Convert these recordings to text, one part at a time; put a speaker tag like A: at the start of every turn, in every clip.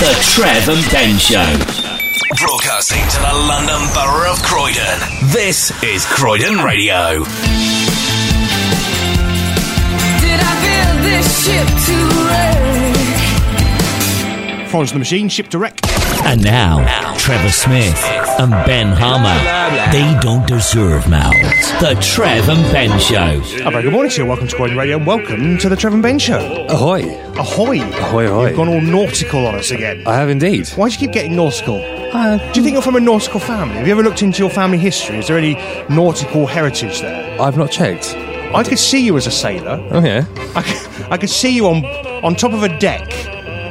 A: The Trev and Ben Show.
B: Broadcasting to the London Borough of Croydon. This is Croydon Radio.
C: Did I build this ship to wreck?
D: Florence and the Machine, Ship to Wreck.
A: And now, Trevor Smith and Ben Harmer. They don't deserve mouths. The Trev and Ben Show.
D: A very good morning to you. Welcome to Coin Radio and welcome to the Trevor and Ben Show.
E: Ahoy!
D: Ahoy.
E: Ahoy, ahoy.
D: You've gone all nautical on us again.
E: I have indeed.
D: Why do you keep getting nautical?
E: Uh,
D: Do you think you're from a nautical family? Have you ever looked into your family history? Is there any nautical heritage there?
E: I've not checked.
D: I could see you as a sailor.
E: Oh yeah.
D: I could, I could see you on, on top of a deck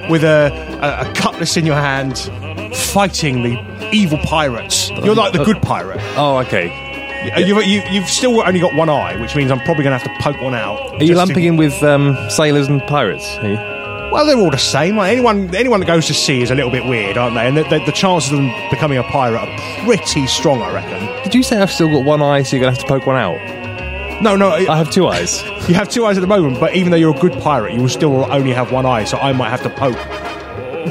D: with a, a, a cutlass in your hand fighting the evil pirates. You're like the good pirate.
E: Oh okay.
D: You've, you, you've still only got one eye, which means I'm probably going to have to poke one out.
E: Are you lumping in with um, sailors and pirates? Are you?
D: Well, they're all the same. Like anyone, anyone that goes to sea is a little bit weird, aren't they? And the, the, the chances of them becoming a pirate are pretty strong, I reckon.
E: Did you say I've still got one eye, so you're gonna have to poke one out?
D: No, no,
E: I have two eyes.
D: you have two eyes at the moment, but even though you're a good pirate, you will still only have one eye. So I might have to poke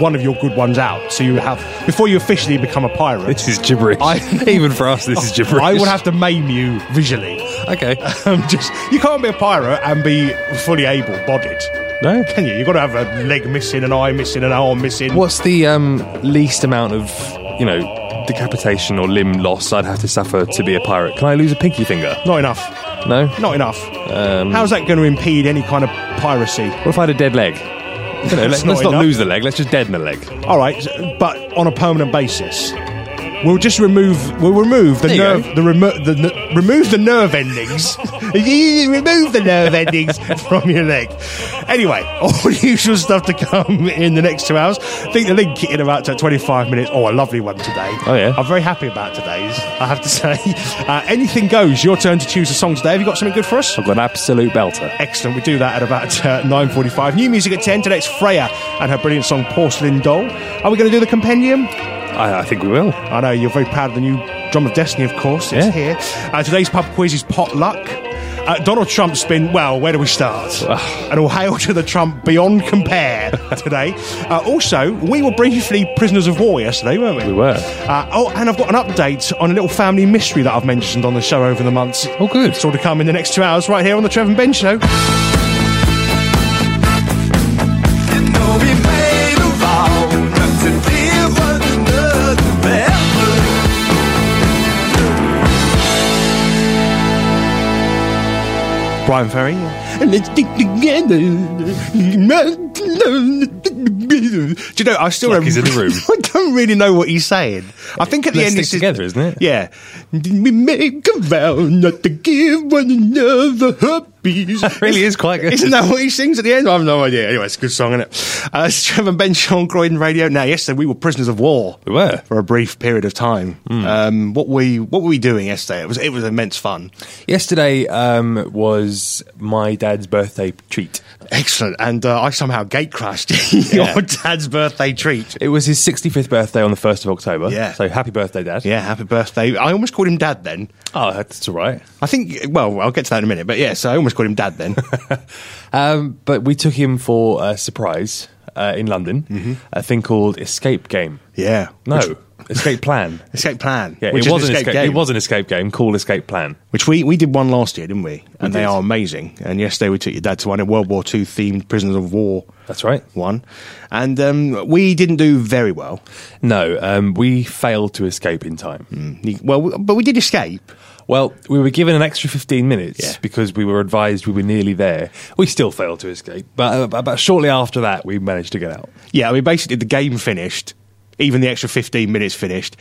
D: one of your good ones out. So you have before you officially become a pirate.
E: This is gibberish.
D: I-
E: Even for us, this is gibberish.
D: I will have to maim you visually.
E: Okay.
D: Um, just you can't be a pirate and be fully able-bodied,
E: No.
D: can you? You've got to have a leg missing, an eye missing, an arm missing.
E: What's the um, least amount of you know decapitation or limb loss I'd have to suffer to be a pirate? Can I lose a pinky finger?
D: Not enough.
E: No.
D: Not enough.
E: Um,
D: How's that going to impede any kind of piracy?
E: What if I had a dead leg? You know,
D: That's
E: let's, let's
D: not
E: not
D: enough.
E: lose the leg. Let's just deaden the leg.
D: All right, s- but on a permanent basis. We'll just remove. We'll remove the
E: There you
D: nerve.
E: go.
D: The, remo- the n- remove the nerve endings. You remove the nerve endings from your leg. Anyway, all the usual stuff to come in the next two hours. I think the link in about uh, twenty-five minutes. Oh, a lovely one today.
E: Oh, yeah?
D: I'm very happy about today's. I have to say. Uh, anything goes. Your turn to choose a song today. Have you got something good for us?
E: I've got an absolute belter.
D: Excellent. We do that at about uh, 9.45. New music at 10. Today's Freya and her brilliant song Porcelain Doll. Are we going to do the compendium?
E: I, I think we will.
D: I know you're very proud of the new Drum of Destiny, of course. It's
E: Yeah.
D: here. Uh, today's pub quiz is Potluck. Uh, Donald Trump's been, well, where do we start? and all hail to the Trump beyond compare today. Uh, also, we were briefly prisoners of war yesterday, weren't we?
E: We were.
D: Uh, oh, and I've got an update on a little family mystery that I've mentioned on the show over the months.
E: Oh, good.
D: It's all to come in the next two hours right here on the Trevor and Ben Show. Brian Ferry. Let's stick together. Do you know? I still
E: Like
D: don't-
E: he's in the room.
D: I don't really know what he's saying. I think at the
E: Let's
D: end
E: stick
D: it's just-
E: together, isn't it?
D: Yeah. We make a vow not to give one another herpes.
E: That really is quite good.
D: Isn't that what he sings at the end? I have no idea. Anyway, it's a good song, isn't it? Uh, it's Trevor and Ben Sean Croydon Radio. Now, yesterday we were prisoners of war.
E: We were. Hmm.
D: for a brief period of time. Um, what we what were we doing yesterday? It was it was immense fun.
E: Yesterday um, was my dad's birthday treat.
D: Excellent. And uh, I somehow gate crashed your
E: Yeah.
D: dad's birthday treat.
E: It was his 65th birthday on the 1st of October.
D: Yeah.
E: So happy birthday, Dad.
D: Yeah, happy birthday. I almost called him dad then.
E: Oh, that's all right.
D: I think, well, I'll get to that in a minute. But yes, I almost called him dad then.
E: Um, but we took him for a surprise uh, in London, a thing called Escape Game.
D: yeah.
E: No,
D: Mm-hmm. Which-
E: Escape Plan.
D: escape plan.
E: Yeah,
D: which
E: it
D: is
E: was an
D: an
E: escape, It was an escape game called Escape Plan.
D: Which we, we did one last year, didn't we? And they
E: did.
D: are amazing. And yesterday we took your dad to one, a World War II themed prisoners of war
E: That's right.
D: one. And um, we didn't do very well.
E: No, um, we failed to escape in time.
D: Hmm. Well, we- but we did escape.
E: Well, we were given an extra 15 minutes
D: Yeah.
E: because we were advised we were nearly there. We still failed to escape, but, uh, but shortly after that, we managed to get out.
D: Yeah, I mean, basically, the game finished, even the extra 15 minutes finished,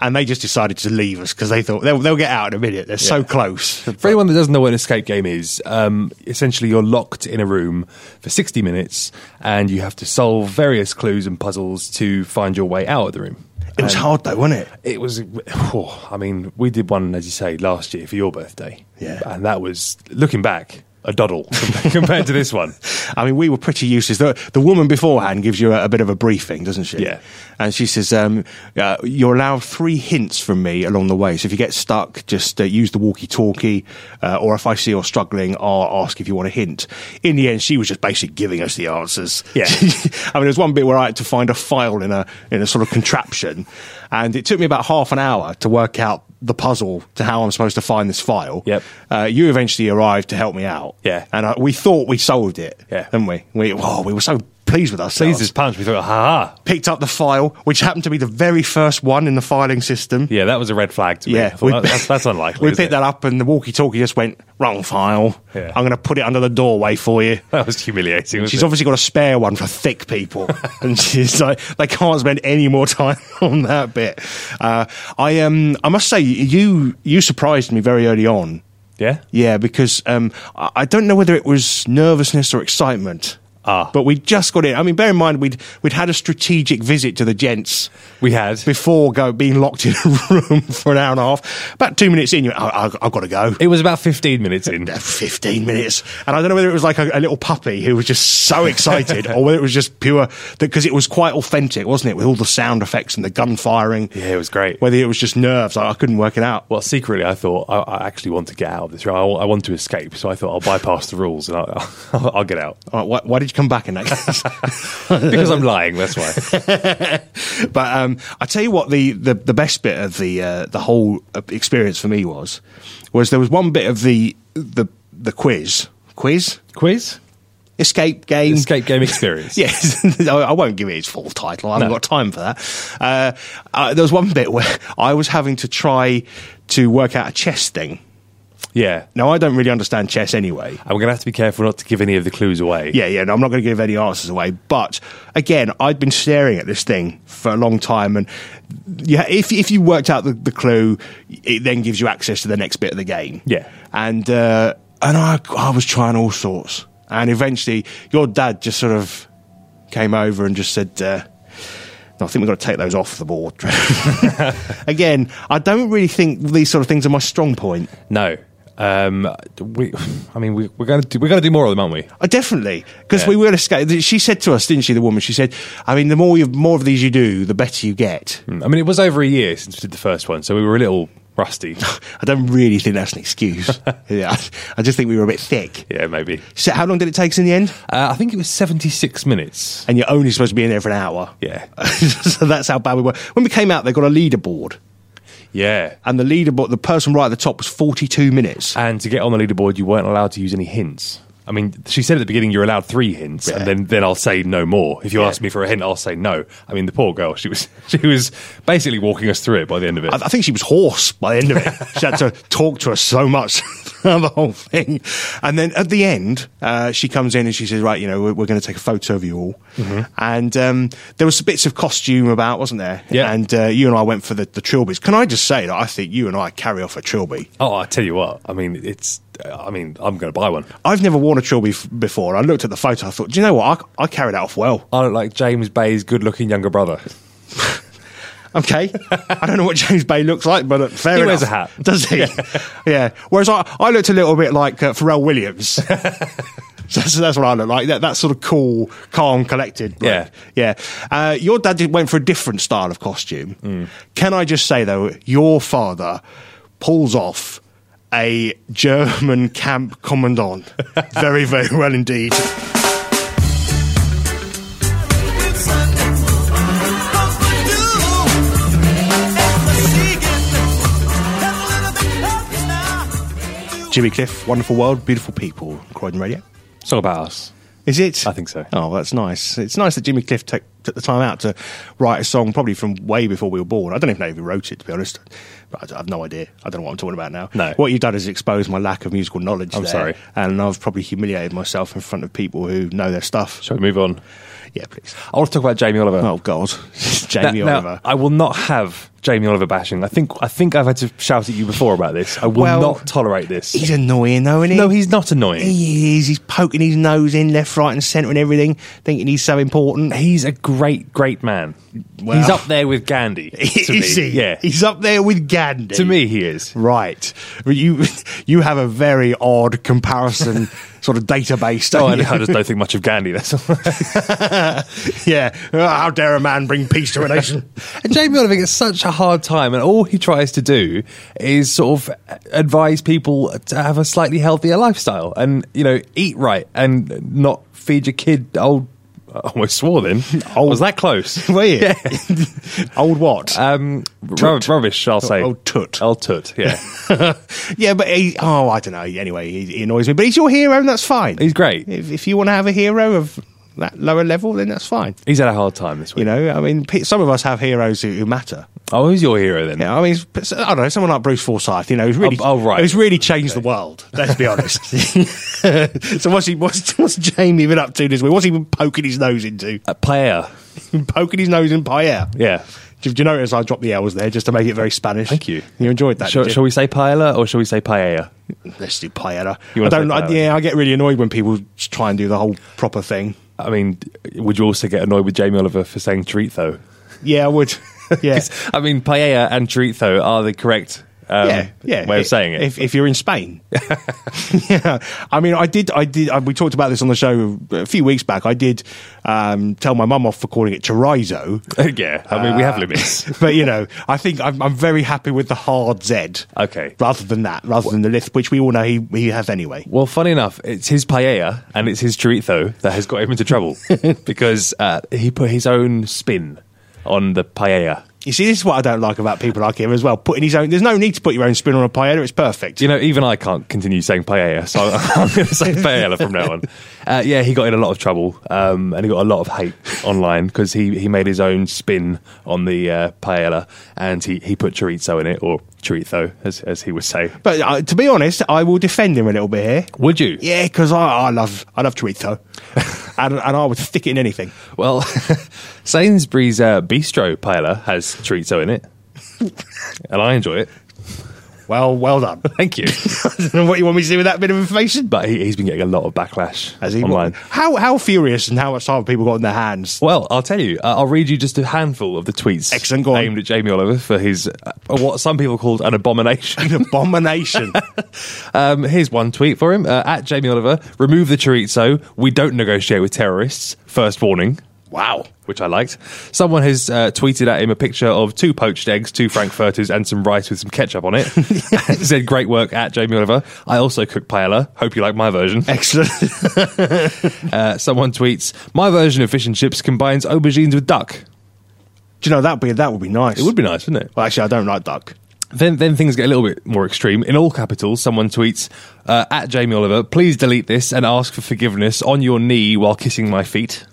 D: and they just decided to leave us because they thought they'll, they'll get out in a minute. They're so
E: Yeah.
D: close.
E: For anyone that doesn't know what an escape game is, um, essentially you're locked in a room for 60 minutes and you have to solve various clues and puzzles to find your way out of the room.
D: It was
E: And
D: hard, though, wasn't it?
E: It was, oh, I mean, we did one, as you say, last year for your birthday.
D: Yeah.
E: And that was, looking back, a doddle compared to this one.
D: I mean, we were pretty useless. The, the woman beforehand gives you a, a bit of a briefing, doesn't she?
E: Yeah.
D: And she says, um, uh, You're allowed three hints from me along the way. So if you get stuck, just uh, use the walkie talkie. Uh, or if I see you're struggling, I'll ask if you want a hint. In the end, she was just basically giving us the answers.
E: Yeah.
D: I mean, there was one bit where I had to find a file in a, in a sort of contraption. And it took me about half an hour to work out the puzzle to how I'm supposed to find this file.
E: Yep.
D: Uh, you eventually arrived to help me out.
E: Yeah.
D: And I, we thought we solved it,
E: Yeah.
D: didn't we? We, oh, we were so pleased with ourselves.
E: Pleased as punch, we thought, ha ha.
D: Picked up the file, which happened to be the very first one in the filing system.
E: Yeah, that was a red flag to me. I
D: Yeah,
E: thought, "That- that's, that's unlikely.
D: We
E: isn't
D: picked
E: it?"
D: that up, and the walkie-talkie just went wrong file.
E: Yeah.
D: I'm going to put it under the doorway for you.
E: That was humiliating. Wasn't
D: She's
E: it?
D: obviously got a spare one for thick people, and she's like, they can't spend any more time on that bit. Uh, I um, I must say, you you surprised me very early on.
E: yeah.
D: Yeah, because um, I I don't know whether it was nervousness or excitement.
E: Ah.
D: But we just got in. I mean, bear in mind we'd we'd had a strategic visit to the gents
E: We had.
D: before go being locked in a room for an hour and a half. About two minutes in, you went, I, I, I've got to go.
E: It was about 15 minutes in.
D: Uh, 15 minutes. And I don't know whether it was like a, a little puppy who was just so excited or whether it was just pure, because it was quite authentic, wasn't it? With all the sound effects and the gun firing.
E: Yeah, it was great.
D: Whether it was just nerves, I, I couldn't work it out.
E: Well, secretly, I thought I, I actually want to get out of this. I, I want to escape, so I thought I'll bypass the rules and I'll, I'll, I'll get out
D: All right, why, why did you come back in that case?
E: because I'm lying. That's why.
D: But um, I tell you what, the, the, the best bit of the uh, the whole uh, experience for me was was there was one bit of the the the quiz quiz
E: Quiz,
D: escape game
E: escape game experience.
D: Yes, I I won't give it its full title. I haven't
E: No.
D: got time for that. Uh, uh, there was one bit where I was having to try to work out a chess thing.
E: yeah.
D: Now I don't really understand chess anyway.
E: And we're gonna have to be careful not to give any of the clues away.
D: Yeah, yeah. No, I'm not going to give any answers away. But again, I'd been staring at this thing for a long time, and yeah, if if you worked out the, the clue, it then gives you access to the next bit of the game.
E: Yeah.
D: and uh, and I I was trying all sorts, and eventually your dad just sort of came over and just said. Uh, no, I think we've got to take those off the board. Again, I don't really think these sort of things are my strong point.
E: No. Um. We. I mean, we, we're gonna do, we're gonna do more of them, aren't we?
D: Oh, definitely, because
E: Yeah.
D: we were escaped. She said to us, didn't she? The woman. She said, "I mean, the more you, more of these you do, the better you get."
E: I mean, it was over a year since we did the first one, so we were a little rusty.
D: I don't really think that's an excuse. yeah, I- I just think we were a bit thick.
E: yeah, maybe.
D: So, how long did it take us in the end?
E: Uh, I think it was 76 minutes.
D: And you're only supposed to be in there for an hour.
E: Yeah.
D: so that's how bad we were. When we came out, they got a leaderboard,
E: Yeah.
D: and the leaderboard, the person right at the top was 42 minutes.
E: And to get on the leaderboard, you weren't allowed to use any hints. I mean, she said at the beginning you're allowed three hints,
D: Yeah.
E: and then, then I'll say no more. If you ask me for a hint, I'll say no. I mean, the poor girl, she was she was basically walking us through it by the end of it.
D: I, I think she was hoarse by the end of it. she had to talk to us so much throughout the whole thing. And then at the end, uh, she comes in and she says, Right, you know, we're, we're going to take a photo of you all. And um, there was bits of costume about, wasn't there?
E: Yeah.
D: And uh, you and I went for the, the trilbies. Can I just say that I think you and I carry off a trilby?
E: oh, I tell you what, I mean, it's I mean, I'm going to buy one.
D: I've never worn a trilby f- before. And I looked at the photo. I thought, Do you know what? I, I carried that off well.
E: I look like James Bay's good-looking younger brother.
D: Okay. I don't know what James Bay looks like, but uh, fair
E: He
D: enough.
E: wears a hat.
D: Does he? Yeah. Whereas I, I looked a little bit like uh, Pharrell Williams. so that's, that's what I look like. That, that sort of cool, calm, collected. bloke.
E: Yeah.
D: Yeah. Uh, your dad did, went for a different style of costume.
E: Mm.
D: Can I just say, though, your father pulls off a German camp commandant very, very well indeed. Jimmy Cliff, Wonderful World, Beautiful People, Croydon Radio.
E: It's all about us.
D: Is it?
E: I think so.
D: Oh, that's nice. It's nice that Jimmy Cliff took, took the time out to write a song, probably from way before we were born. I don't even know if he wrote it, to be honest. But I, have no idea. I don't know what I'm talking about now.
E: No.
D: What you've done is expose my lack of musical knowledge.
E: I'm
D: there,
E: sorry.
D: And I've probably humiliated myself in front of people who know their stuff.
E: Shall we move on?
D: Yeah, please.
E: I want to talk about Jamie Oliver.
D: Oh, God. Jamie
E: Now- now,
D: Oliver.
E: I will not have Jamie Oliver bashing. I think I think I've had to shout at you before about this. I will
D: Well,
E: not tolerate this.
D: He's annoying, though, isn't he?
E: no, he's not annoying.
D: He is. He's poking his nose in left, right, and centre and everything, thinking he's so important.
E: He's a great, great man.
D: Well-
E: he's up there with Gandhi. to
D: is he?
E: me. Yeah.
D: He's up there with Gandhi.
E: to me, he is.
D: Right. You you have a very odd comparison sort of database.
E: Oh, I,
D: don't you?
E: I just don't think much of Gandhi. That's all.
D: yeah. Oh, how dare a man bring peace to a nation?
E: And Jamie Oliver gets such a hard time, and all he tries to do is sort of advise people to have a slightly healthier lifestyle and, you know, eat right and not feed your kid old. I almost swore then. Oh. I was that close.
D: Were you? Old what?
E: Um, rub- rubbish, I'll say.
D: old Oh, tut.
E: Old tut, yeah.
D: yeah, but he, oh, I don't know. Anyway, he, he annoys me, but he's your hero, and that's fine.
E: He's great.
D: If, if you want to have a hero of that lower level, then that's fine.
E: He's had a hard time this week.
D: You know, I mean, pe- some of us have heroes who, who matter.
E: Oh, who's your hero then?
D: You know, I mean, it's- I don't know, someone like Bruce Forsyth. You know, who's really,
E: Oh, oh, right.
D: who's really changed the world. Let's be honest. so what's he? What's, what's Jamie been up to this week? What's he been poking his nose into?
E: A Uh, player.
D: Been poking his nose in paella.
E: Yeah.
D: Did you notice I dropped the L's there just to make it very Spanish?
E: Thank you.
D: You enjoyed that.
E: Shall,
D: did you?
E: shall we say paella or shall we say paella?
D: Let's do paella.
E: You
D: I
E: wanna
D: don't.
E: say
D: like
E: paella?
D: yeah, I get really annoyed when people just try and do the whole proper thing.
E: I mean, would you also get annoyed with Jamie Oliver for saying treat though?
D: Yeah, I would. Yeah.
E: 'Cause, I mean, paella and chorizo are the correct um,
D: yeah, yeah.
E: way
D: I-
E: of saying it.
D: If, if you're in Spain, yeah. I mean, I did, I did. I, we talked about this on the show a few weeks back. I did um, tell my mum off for calling it chorizo,
E: yeah, I mean, we
D: Uh,
E: have limits.
D: but you know, I think I'm, I'm very happy with the hard Z.
E: Okay.
D: Rather than that, rather than the lift, which we all know he he has anyway.
E: Well, funny enough, it's his paella and it's his chorizo that has got him into trouble because uh, he put his own spin on the paella.
D: You see, this is what I don't like about people like him as well. Putting his own, there's no need to put your own spin on a paella. It's perfect.
E: You know, even I can't continue saying paella, so I'm going to say paella from now on. Uh, yeah, he got in a lot of trouble um, and he got a lot of hate online because he, he made his own spin on the uh, paella and he, he put chorizo in it, or chorizo, as, as he would say.
D: But uh, to be honest, I will defend him a little bit here.
E: Would you?
D: Yeah, because I, I love I love chorizo, and, and I would stick it in anything.
E: Well, Sainsbury's uh, bistro paella has chorizo in it, and I enjoy it.
D: Well, well done.
E: Thank you.
D: And what you want me to do with that bit of information?
E: but he, he's been getting a lot of backlash
D: As he
E: online.
D: how how furious and how much time have people got in their hands?
E: Well, I'll tell you. Uh, I'll read you just a handful of the tweets
D: Excellent, go on.
E: aimed at Jamie Oliver for his uh, what some people called an abomination.
D: An abomination.
E: um, here's one tweet for him uh, at Jamie Oliver: Remove the chorizo. We don't negotiate with terrorists. First warning. Wow, which I liked. Someone has uh, tweeted at him a picture of two poached eggs, two frankfurters, and some rice with some ketchup on it. Said, "Great work at Jamie Oliver. I also cook paella. Hope you like my version."
D: Excellent.
E: Uh, someone tweets, "My version of fish and chips combines aubergines with duck.
D: do you know that be that would be nice?
E: It would be nice, wouldn't it?"
D: Well, actually, I don't like duck.
E: Then, then things get a little bit more extreme. In all capitals, someone tweets uh, at Jamie Oliver, "Please delete this and ask for forgiveness on your knee while kissing my feet."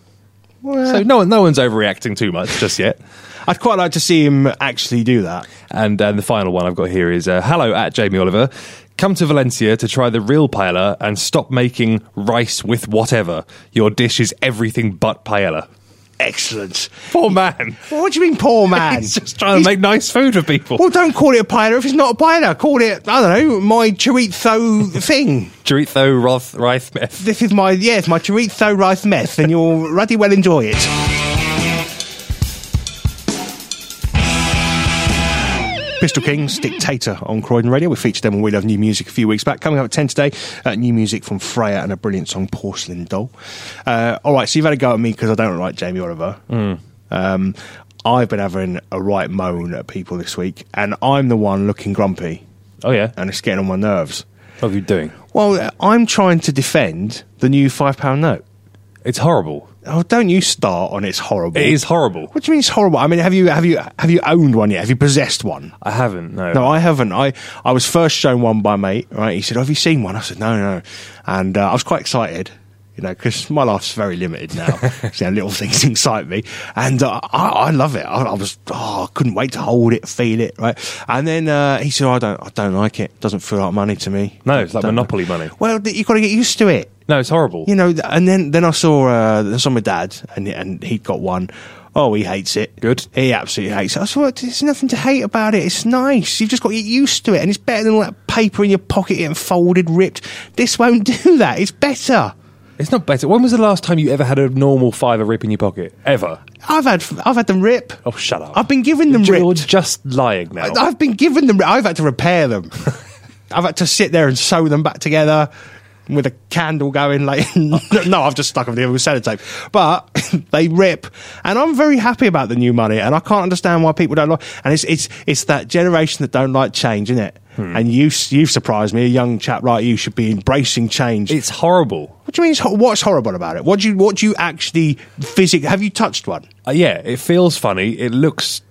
E: So no one, no one's overreacting too much just yet.
D: I'd quite like to see him actually do that.
E: And uh, the final one I've got here is, uh, "Hello at Jamie Oliver, come to Valencia to try the real paella and stop making rice with whatever. Your dish is everything but paella."
D: Excellent.
E: Poor man.
D: Well, what do you mean, poor man?
E: He's just trying to make nice food for people.
D: Well, don't call it a paella if it's not a paella. Call it I don't know my chorizo thing.
E: Chorizo Roth Reithmeth.
D: This is my yeah, it's my chorizo rice mess, and you'll ruddy well enjoy it. Pistol Kings, Dictator on Croydon Radio. We featured them on We Love New Music a few weeks back. Coming up at 10 today, uh, new music from Freya and a brilliant song, Porcelain Doll. Uh, all right, so you've had a go at me because I don't like Jamie Oliver. Um, I've been having a right moan at people this week, and I'm the one looking grumpy,
E: Oh yeah.
D: and it's getting on my nerves.
E: What are you doing?
D: Well, I'm trying to defend the new £5 note.
E: It's horrible.
D: Oh, don't you start on it's horrible.
E: It is horrible.
D: What do you mean it's horrible? I mean, have you have you have you owned one yet? Have you possessed one?
E: I haven't. No.
D: No, I haven't. I, I was first shown one by a mate, right? He said, Have you seen one? I said, No, no. And uh, I was quite excited, you know, because my life's very limited now. so, you know, little things excite me. And uh, I, I love it. I, I was, oh, I couldn't wait to hold it, feel it, right? And then uh, he said, oh, I don't I don't like it. Doesn't feel like money to me.
E: No, it's like
D: Don't-
E: Monopoly money.
D: Well, th- you've got to get used to it
E: No, it's horrible.
D: you know, th- and then then I saw uh, I saw my dad, and and he got one. Oh, he hates it.
E: Good.
D: He absolutely hates it. I said, well, there's nothing to hate about it. It's nice. You've just got to get used to it, and it's better than all that paper in your pocket getting folded, ripped. This won't do that. It's better.
E: It's not better. When was the last time you ever had a normal fiver rip in your pocket? Ever?
D: I've had I've had them rip.
E: Oh, shut up.
D: I've been given them
E: You're
D: ripped.
E: just lying now.
D: I- I've been given them. I've had to repair them. I've had to sit there and sew them back together. with a candle going. Like, no, I've just stuck them together with sellotape. But they rip, and I'm very happy about the new money, and I can't understand why people don't like. And it's it's it's that generation that don't like change, isn't it?
E: Hmm.
D: And you you've surprised me, a young chap like you should be embracing change.
E: It's horrible.
D: what do you mean? it's hor- What's horrible about it? What do you what do you actually physically have you touched one?
E: Uh, yeah, it feels funny. It looks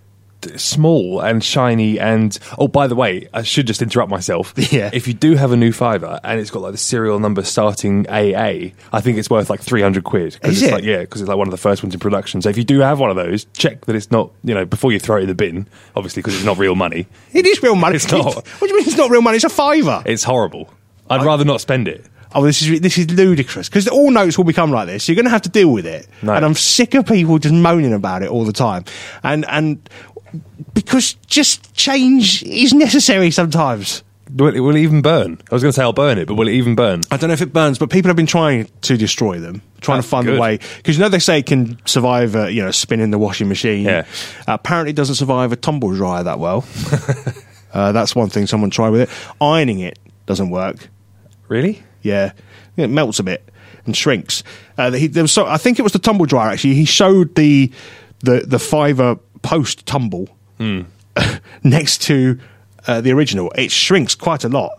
E: d- small and shiny and oh by the way i should just interrupt myself
D: Yeah.
E: if you do have a new fiver and it's got like the serial number starting aa i think it's worth like 300 quid 'cause
D: Is
E: it's
D: it?
E: like yeah because it's like one of the first ones in production so if you do have one of those check that it's not you know before you throw it in the bin obviously because it's not real money
D: It is real money.
E: It's not.
D: What do you mean it's not real money? It's a fiver.
E: it's horrible i'd rather not spend it
D: oh, this is this is ludicrous because all notes will become like this. You're going to have to deal with it,
E: No.
D: and I'm sick of people just moaning about it all the time, and and because just change is necessary sometimes.
E: Will it will it even burn? I was going to say I'll burn it, but will it even burn?
D: I don't know if it burns, but people have been trying to destroy them, trying
E: Oh,
D: to find
E: good.
D: a way because you know they say it can survive a you know spin in the washing machine.
E: Yeah.
D: apparently, it doesn't survive a tumble dryer that well. uh, that's one thing someone tried with it. Ironing it doesn't work.
E: Really?
D: Yeah, Yeah, it melts a bit and shrinks. Uh, he, there was so, I think it was the tumble dryer actually. He showed the the the fiver post tumble
E: Hmm.
D: next to uh, the original. It shrinks quite a lot,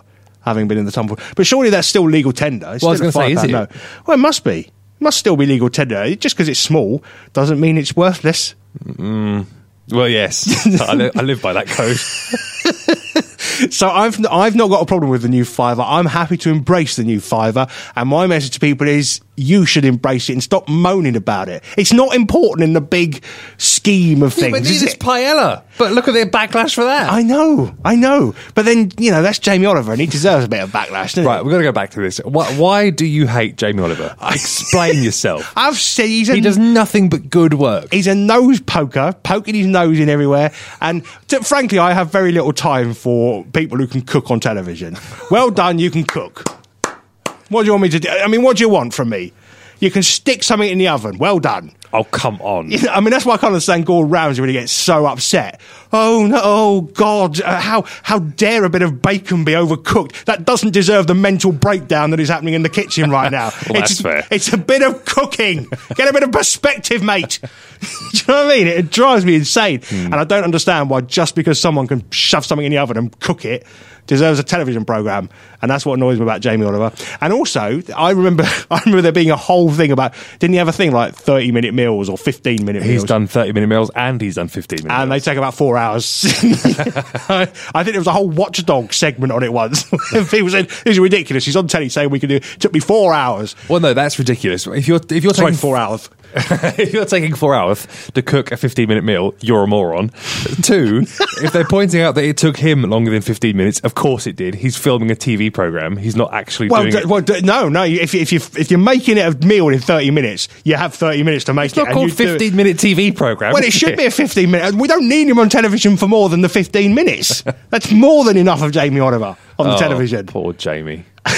D: having been in the tumble. But surely that's still legal tender. It's
E: Well, I was
D: still
E: gonna
D: a
E: say,
D: £5
E: is it?
D: note. Well, it must be. It must still be legal tender. Just because it's small doesn't mean it's worthless.
E: Well, yes. I, li- I live by that code.
D: So I've I've not got a problem with the new Fiver. I'm happy to embrace the new Fiver, and my message to people is you should embrace it and stop moaning about it. It's not important in the big scheme of things. is it?
E: paella. But look at the backlash for that.
D: I know, I know. But then you know that's Jamie Oliver, and he deserves a bit of backlash. Doesn't
E: right,
D: He?
E: we're going to go back to this. Why, why do you hate Jamie Oliver? Explain yourself.
D: I've said he's a
E: He does nothing but good work.
D: He's a nose poker, poking his nose in everywhere. And t- frankly, I have very little time for people who can cook on television. Well done, you can cook. What do you want me to do? I mean, what do you want from me? You can stick something in the oven. Well done.
E: Oh, come on.
D: You know, I mean, that's why I can't understand Gordon Ramsay when he gets so upset. Oh no! Oh God! Uh, how how dare a bit of bacon be overcooked? That doesn't deserve the mental breakdown that is happening in the kitchen right now.
E: Well, that's
D: it's,
E: fair.
D: It's a bit of cooking. Get a bit of perspective, mate. Do you know what I mean? It, it drives me insane,
E: Hmm.
D: and I don't understand why just because someone can shove something in the oven and cook it deserves a television program, and that's what annoys me about Jamie Oliver. And also, I remember I remember there being a whole thing about didn't he have a thing like thirty minute meals or fifteen minute
E: He's
D: meals?
E: done 30 minute meals and he's done 15 minute
D: and
E: meals.
D: they take about four hours. I think there was a whole watchdog segment on it once. People said, "This is ridiculous." He's on telly saying we can do. It took me four hours.
E: Well, no, that's ridiculous. If you're if you're
D: Sorry,
E: taking
D: four hours.
E: if you're taking four hours to cook a 15 minute meal, you're a moron. Two, if they're pointing out that it took him longer than 15 minutes, of course it did. He's filming a TV program. He's not actually
D: Well,
E: doing
D: d-
E: it.
D: well d- no, no. you- If, you- if you if you're making it a meal in 30 minutes, you have 30 minutes to make
E: it's
D: it.
E: not
D: and
E: called
D: you do it.
E: 15 minute TV program.
D: Well, it should be a 15 minute. We don't need him on television for more than the 15 minutes. That's more than enough of Jamie Oliver on the
E: Oh,
D: television.
E: Poor Jamie.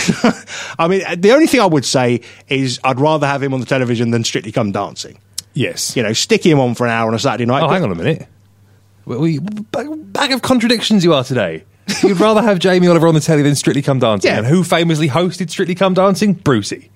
D: I mean, the only thing I would say is I'd rather have him on the television than Strictly Come Dancing.
E: Yes.
D: You know, stick him on for an hour on a Saturday night.
E: Oh,
D: but-
E: hang on a minute. We, we, bag, bag of contradictions you are today. You'd rather have Jamie Oliver on the telly than Strictly Come Dancing.
D: Yeah.
E: And who famously hosted Strictly Come Dancing? Brucey.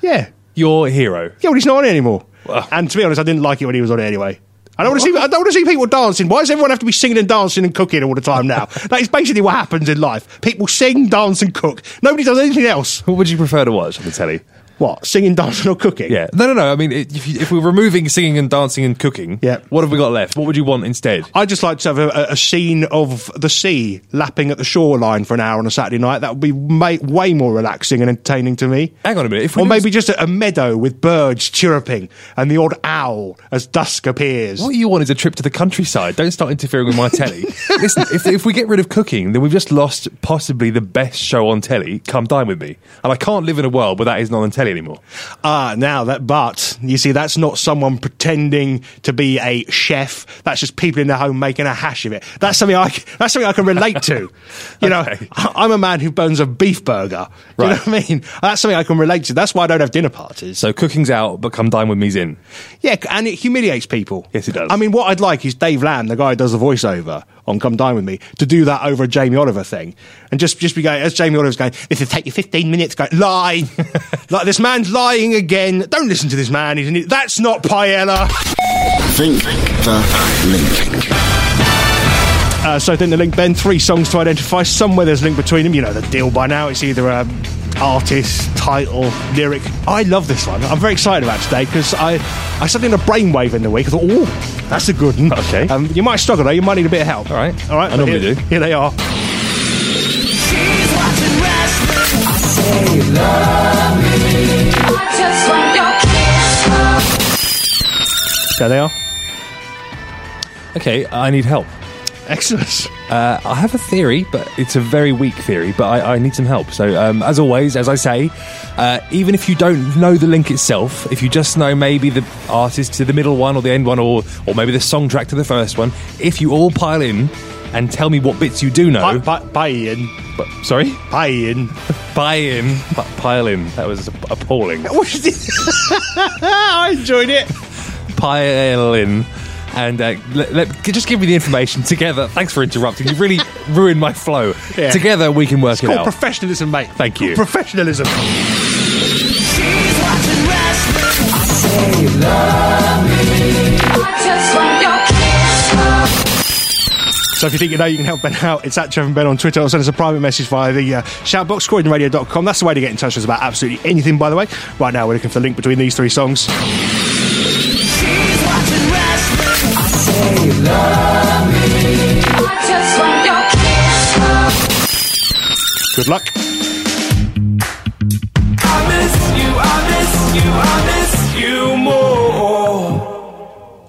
D: Yeah.
E: Your hero.
D: Yeah, well, he's not on it anymore.
E: Well-
D: And to be honest, I didn't like it when he was on it anyway. I don't want to see. I don't want to see people dancing. Why does everyone have to be singing and dancing and cooking all the time now? that is basically what happens in life. People sing, dance, and cook. Nobody does anything else.
E: What would you prefer to watch on the telly?
D: What? Singing, dancing, or cooking?
E: Yeah. No, no, no. I mean, i- if, you, if we're removing singing and dancing and cooking,
D: Yeah.
E: what have we got left? What would you want instead?
D: I just like to have a, a- a scene of the sea lapping at the shoreline for an hour on a Saturday night. That would be ma- way more relaxing and entertaining to me.
E: Hang on a minute. If we
D: Or
E: lose-
D: maybe just a, a meadow with birds chirruping and the odd owl as dusk appears.
E: What you want is a trip to the countryside. Don't start interfering with my telly. Listen, if, if we get rid of cooking, then we've just lost possibly the best show on telly. Come dine with me. And I can't live in a world where that is not on telly anymore.
D: Ah, now that, but you see, that's not someone pretending to be a chef. That's just people in their home making a hash of it. That's something I, c- that's something I can relate to. You know,
E: Okay.
D: I- I'm a man who burns a beef burger. Do You know
E: Right.
D: what I mean? That's something I can relate to. That's why I don't have dinner parties.
E: So cooking's out, but come dine with me's in.
D: Yeah, c- and it humiliates people.
E: Yes, it does.
D: I mean, what I'd like is Dave Lamb, the guy who does the voiceover on Come Dine With Me to do that over a Jamie Oliver thing. And just, just be going, as Jamie Oliver's going, this will take you 15 minutes, go, lie. like, this man's lying again. Don't listen to this man. He's an, idiot. that's not Paella.
F: Think the link.
D: Uh, so then the link, Ben, three songs to identify. Somewhere there's a link between them. You know the deal by now. It's either um, artist, title, lyric. I love this one. I'm very excited about today because I, I suddenly had a brainwave in the week. I thought, oh, that's a good one.
E: Okay.
D: Um, you might struggle though. You might need a bit of help.
E: All right.
D: All right.
E: I normally
D: here,
E: do.
D: Here they are.
C: Just want your kiss.
D: There they are.
E: Okay, I need help.
D: Excellent.
E: Uh, I have a theory, but it's a very weak theory, but I, I need some help. So, um, as always, as I say, uh, even if you don't know the link itself, if you just know maybe the artist to the middle one or the end one or, or maybe the song track to the first one, if you all pile in and tell me what bits you do
D: Bye,
E: know.
D: bye, bye Ian.
E: but, sorry?
D: Bye, Ian.
E: Buy in. P- pile in. That was appalling.
D: What is this? I enjoyed it.
E: Pile in. And uh, let, let- just give me the information together. Thanks for interrupting. You really ruined my flow.
D: Yeah.
E: Together we can work it
D: Called
E: out.
D: professionalism, mate.
E: Thank you.
D: Professionalism.
C: Just want your kiss.
D: So if you think you know, you can help Ben out. It's at Trevor and Ben on Twitter or send us a private message via the uh, shoutbox, croydonradio.com. That's the way to get in touch with us about absolutely anything, by the way. Right now, we're looking for the link between these three songs.
C: Just want your kiss.
D: Good luck.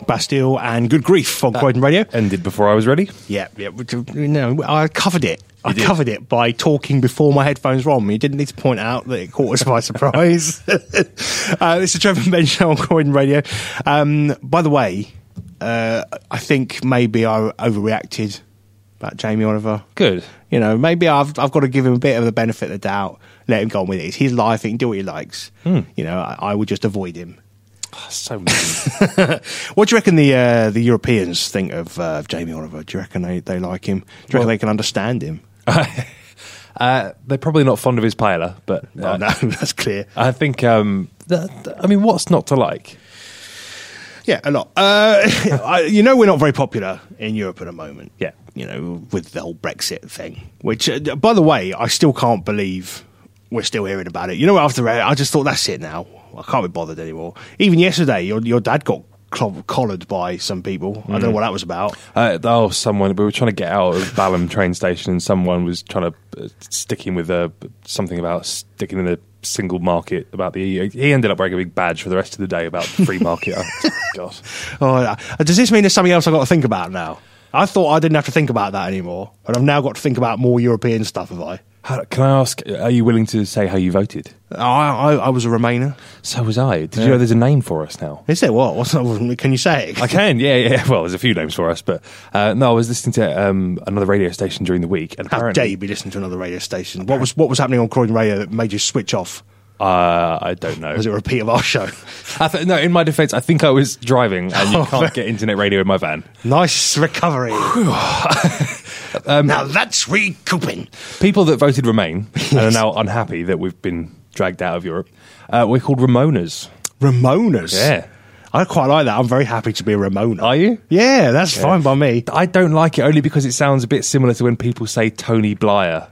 D: Bastille and Good Grief on Croydon Radio.
E: Ended before I was ready.
D: Yeah, yeah. which, uh, No, I covered it. I covered it by talking before my headphones were on. You didn't need to point out that it caught us by surprise. uh, this is Trevor and Ben Show on Croydon Radio. Um, by the way, uh, I think maybe I overreacted about Jamie Oliver.
E: Good.
D: You know, maybe I've I've got to give him a bit of the benefit of the doubt. Let him go on with it. It's his life. He can do what he likes. You know, I, I would just avoid him.
E: So
D: What do you reckon the uh, the Europeans think of uh, Jamie Oliver? Do you reckon they, they like him? Do you reckon they can understand him?
E: uh, they're probably not fond of his paella, but uh,
D: oh, no, that's clear.
E: I think. Um, th- th- I mean, what's not to like?
D: Yeah, a lot. Uh, I, you know, we're not very popular in Europe at the moment.
E: Yeah.
D: You know, with the whole Brexit thing, which, uh, by the way, I still can't believe we're still hearing about it. You know, after that, I just thought, that's it now. I can't be bothered anymore. Even yesterday, your, your dad got clo- collared by some people. I don't know what that was about.
E: Uh, oh, someone we were trying to get out of Balham train station, and someone was trying to uh, stick him with uh, something about sticking in the single market. About the he ended up wearing a big badge for the rest of the day about the free market. oh, God,
D: Oh, uh, does this mean there's something else I've got to think about now? I thought I didn't have to think about that anymore, but I've now got to think about more European stuff, have I?
E: How, can I ask? Are you willing to say how you voted?
D: I, I, I was a Remainer.
E: So was I. Did you know there's a name for us now?
D: Is there what? What's that? Can you say it?
E: I can, yeah, yeah. Well, there's a few names for us, but uh, no, I was listening to um, another radio station during the week, and
D: How
E: apparently,
D: dare you be listening to another radio station? What was what was happening on Croydon Radio that made you switch off?
E: Uh, I don't know.
D: Was it a repeat of our show?
E: I th- no, in my defence, I think I was driving, and
D: Oh,
E: you can't get internet radio in my van.
D: Nice recovery. Um, now that's recouping.
E: People that voted Remain and are now unhappy that we've been dragged out of Europe, uh, we're called Ramonas.
D: Ramonas.
E: Yeah.
D: I quite like that. I'm very happy to be a Ramona.
E: Are you?
D: Yeah, that's fine by me.
E: I don't like it only because it sounds a bit similar to when people say Tony Blyer,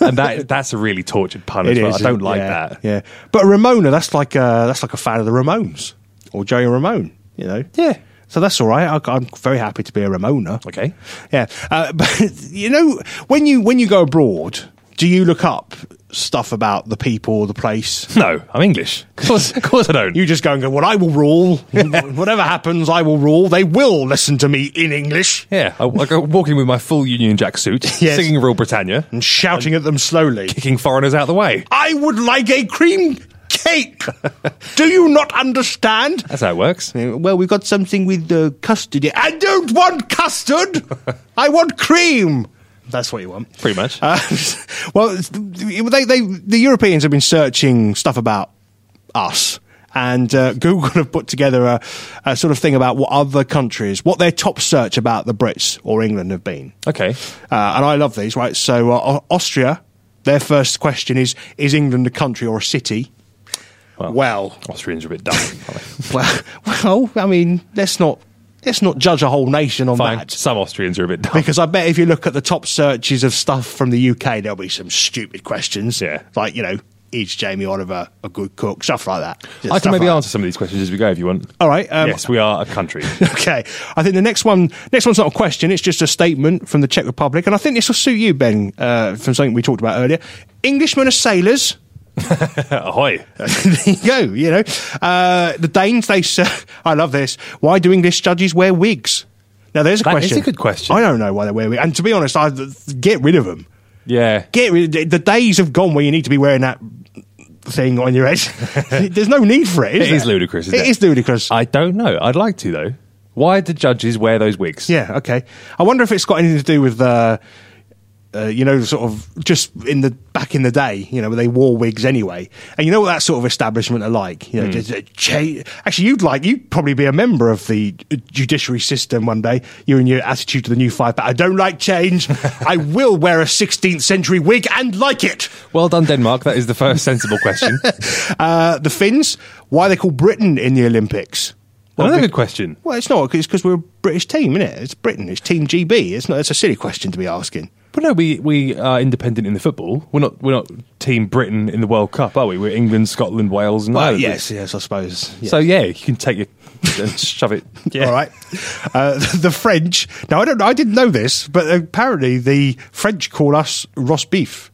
E: and that that's a really tortured pun. as well. I don't like
D: yeah,
E: that.
D: Yeah, but Ramona, that's like a, that's like a fan of the Ramones or Joey Ramone. You know.
E: Yeah.
D: So that's all right. I, I'm very happy to be a Ramona.
E: Okay.
D: Yeah, uh, but you know when you when you go abroad, do you look up stuff about the people, the place?
E: No, I'm English. Of course, of course I don't.
D: You just go and go. Well, I will rule. Whatever happens, I will rule. They will listen to me in English
E: Yeah, I, I go walking with my full Union Jack suit,
D: Yes.
E: singing Real Britannia,
D: and shouting at them slowly.
E: kicking foreigners out of the way.
D: I would like a cream cake. do you not understand?
E: That's how it works.
D: Uh, Well, we've got something with uh, custard. I don't want custard. I want cream. That's what you want.
E: Pretty much.
D: Uh, well, it's- they, they, the Europeans have been searching stuff about us. and uh, Google have put together a, a sort of thing about what other countries, what their top search about the Brits or England have been.
E: Okay.
D: Uh, and I love these, right? So uh, Au- Austria, their first question is Is England a country or a city?
E: Well.
D: Well,
E: Austrians are a bit dumb. aren't they?
D: well, well, I mean, let's not let's not judge a whole nation on
E: Fine.
D: that.
E: Some Austrians are a bit dumb.
D: Because I bet if you look at the top searches of stuff from the UK, there'll be some stupid questions.
E: Yeah.
D: Like, you know, is Jamie Oliver a good cook? Stuff like that. Just
E: I can
D: stuff
E: maybe
D: like
E: answer some of these questions as we go if you want.
D: All right, um,
E: yes, we are a country.
D: Okay. I think the next one, next one's not a question. It's just a statement from the Czech Republic, and I think this will suit you, Ben, uh, from something we talked about earlier. Englishmen are sailors.
E: Ahoy.
D: there you go. You know, uh, the Danes. They. ser- I love this. Why do English judges wear wigs? Now, there's a
E: That is
D: question.
E: a good question.
D: I don't know why they wear wigs, and to be honest, I get rid of them.
E: Yeah.
D: Get rid. The days have gone where you need to be wearing that thing on your head. there's no need for it. Is
E: It is
D: there?
E: ludicrous, isn't
D: it
E: it?
D: is ludicrous.
E: I don't know. I'd like to, though. Why do judges wear those wigs?
D: Yeah, okay. I wonder if it's got anything to do with uh, uh, you know, sort of just in the back in the day, you know, they wore wigs anyway, and you know what that sort of establishment are like. You know, just, uh, cha- actually, you'd like you'd probably be a member of the uh, judiciary system one day. You and your attitude to the new five. But I don't like change. I will wear a 16th century wig and like it.
E: Well done, Denmark. That is the first sensible question.
D: Uh, the Finns, why they call Britain in the Olympics?
E: Another good question.
D: Well, it's not. 'cause It's because we're a British team, isn't it? It's Britain. It's Team GB. It's not. It's a silly question to be asking.
E: But no, we, we are independent in the football. We're not we're not Team Britain in the World Cup, are we? We're England, Scotland, Wales, and
D: Well,
E: Ireland.
D: Uh, yes, yes, I suppose.
E: Oh, So yeah, you can take it and shove it.
D: All right. Uh, the French. Now I don't. I didn't know this, but apparently the French call us roast beef.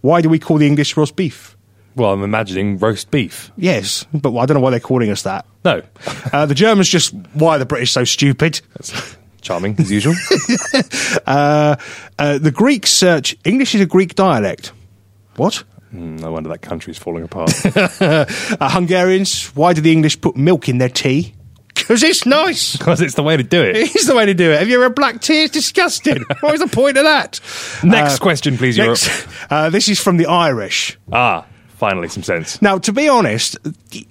D: Why do we call the English roast beef?
E: Well, I'm imagining roast beef.
D: Yes, but I don't know why they're calling us that.
E: No,
D: Uh, the Germans just why are the British so stupid?
E: that's charming as usual.
D: Uh, uh, the Greeks search English is a Greek dialect. What?
E: Hmm, no wonder that country's falling apart.
D: Uh, Hungarians. Why do the English put milk in their tea? Because it's nice.
E: Because it's the way to do it.
D: It is the way to do it. Have you ever had black tea? It's disgusting. what was the point of that? Uh,
E: Next question, please,
D: next-
E: Europe.
D: uh, this is from the Irish.
E: Ah, finally some sense.
D: Now, to be honest,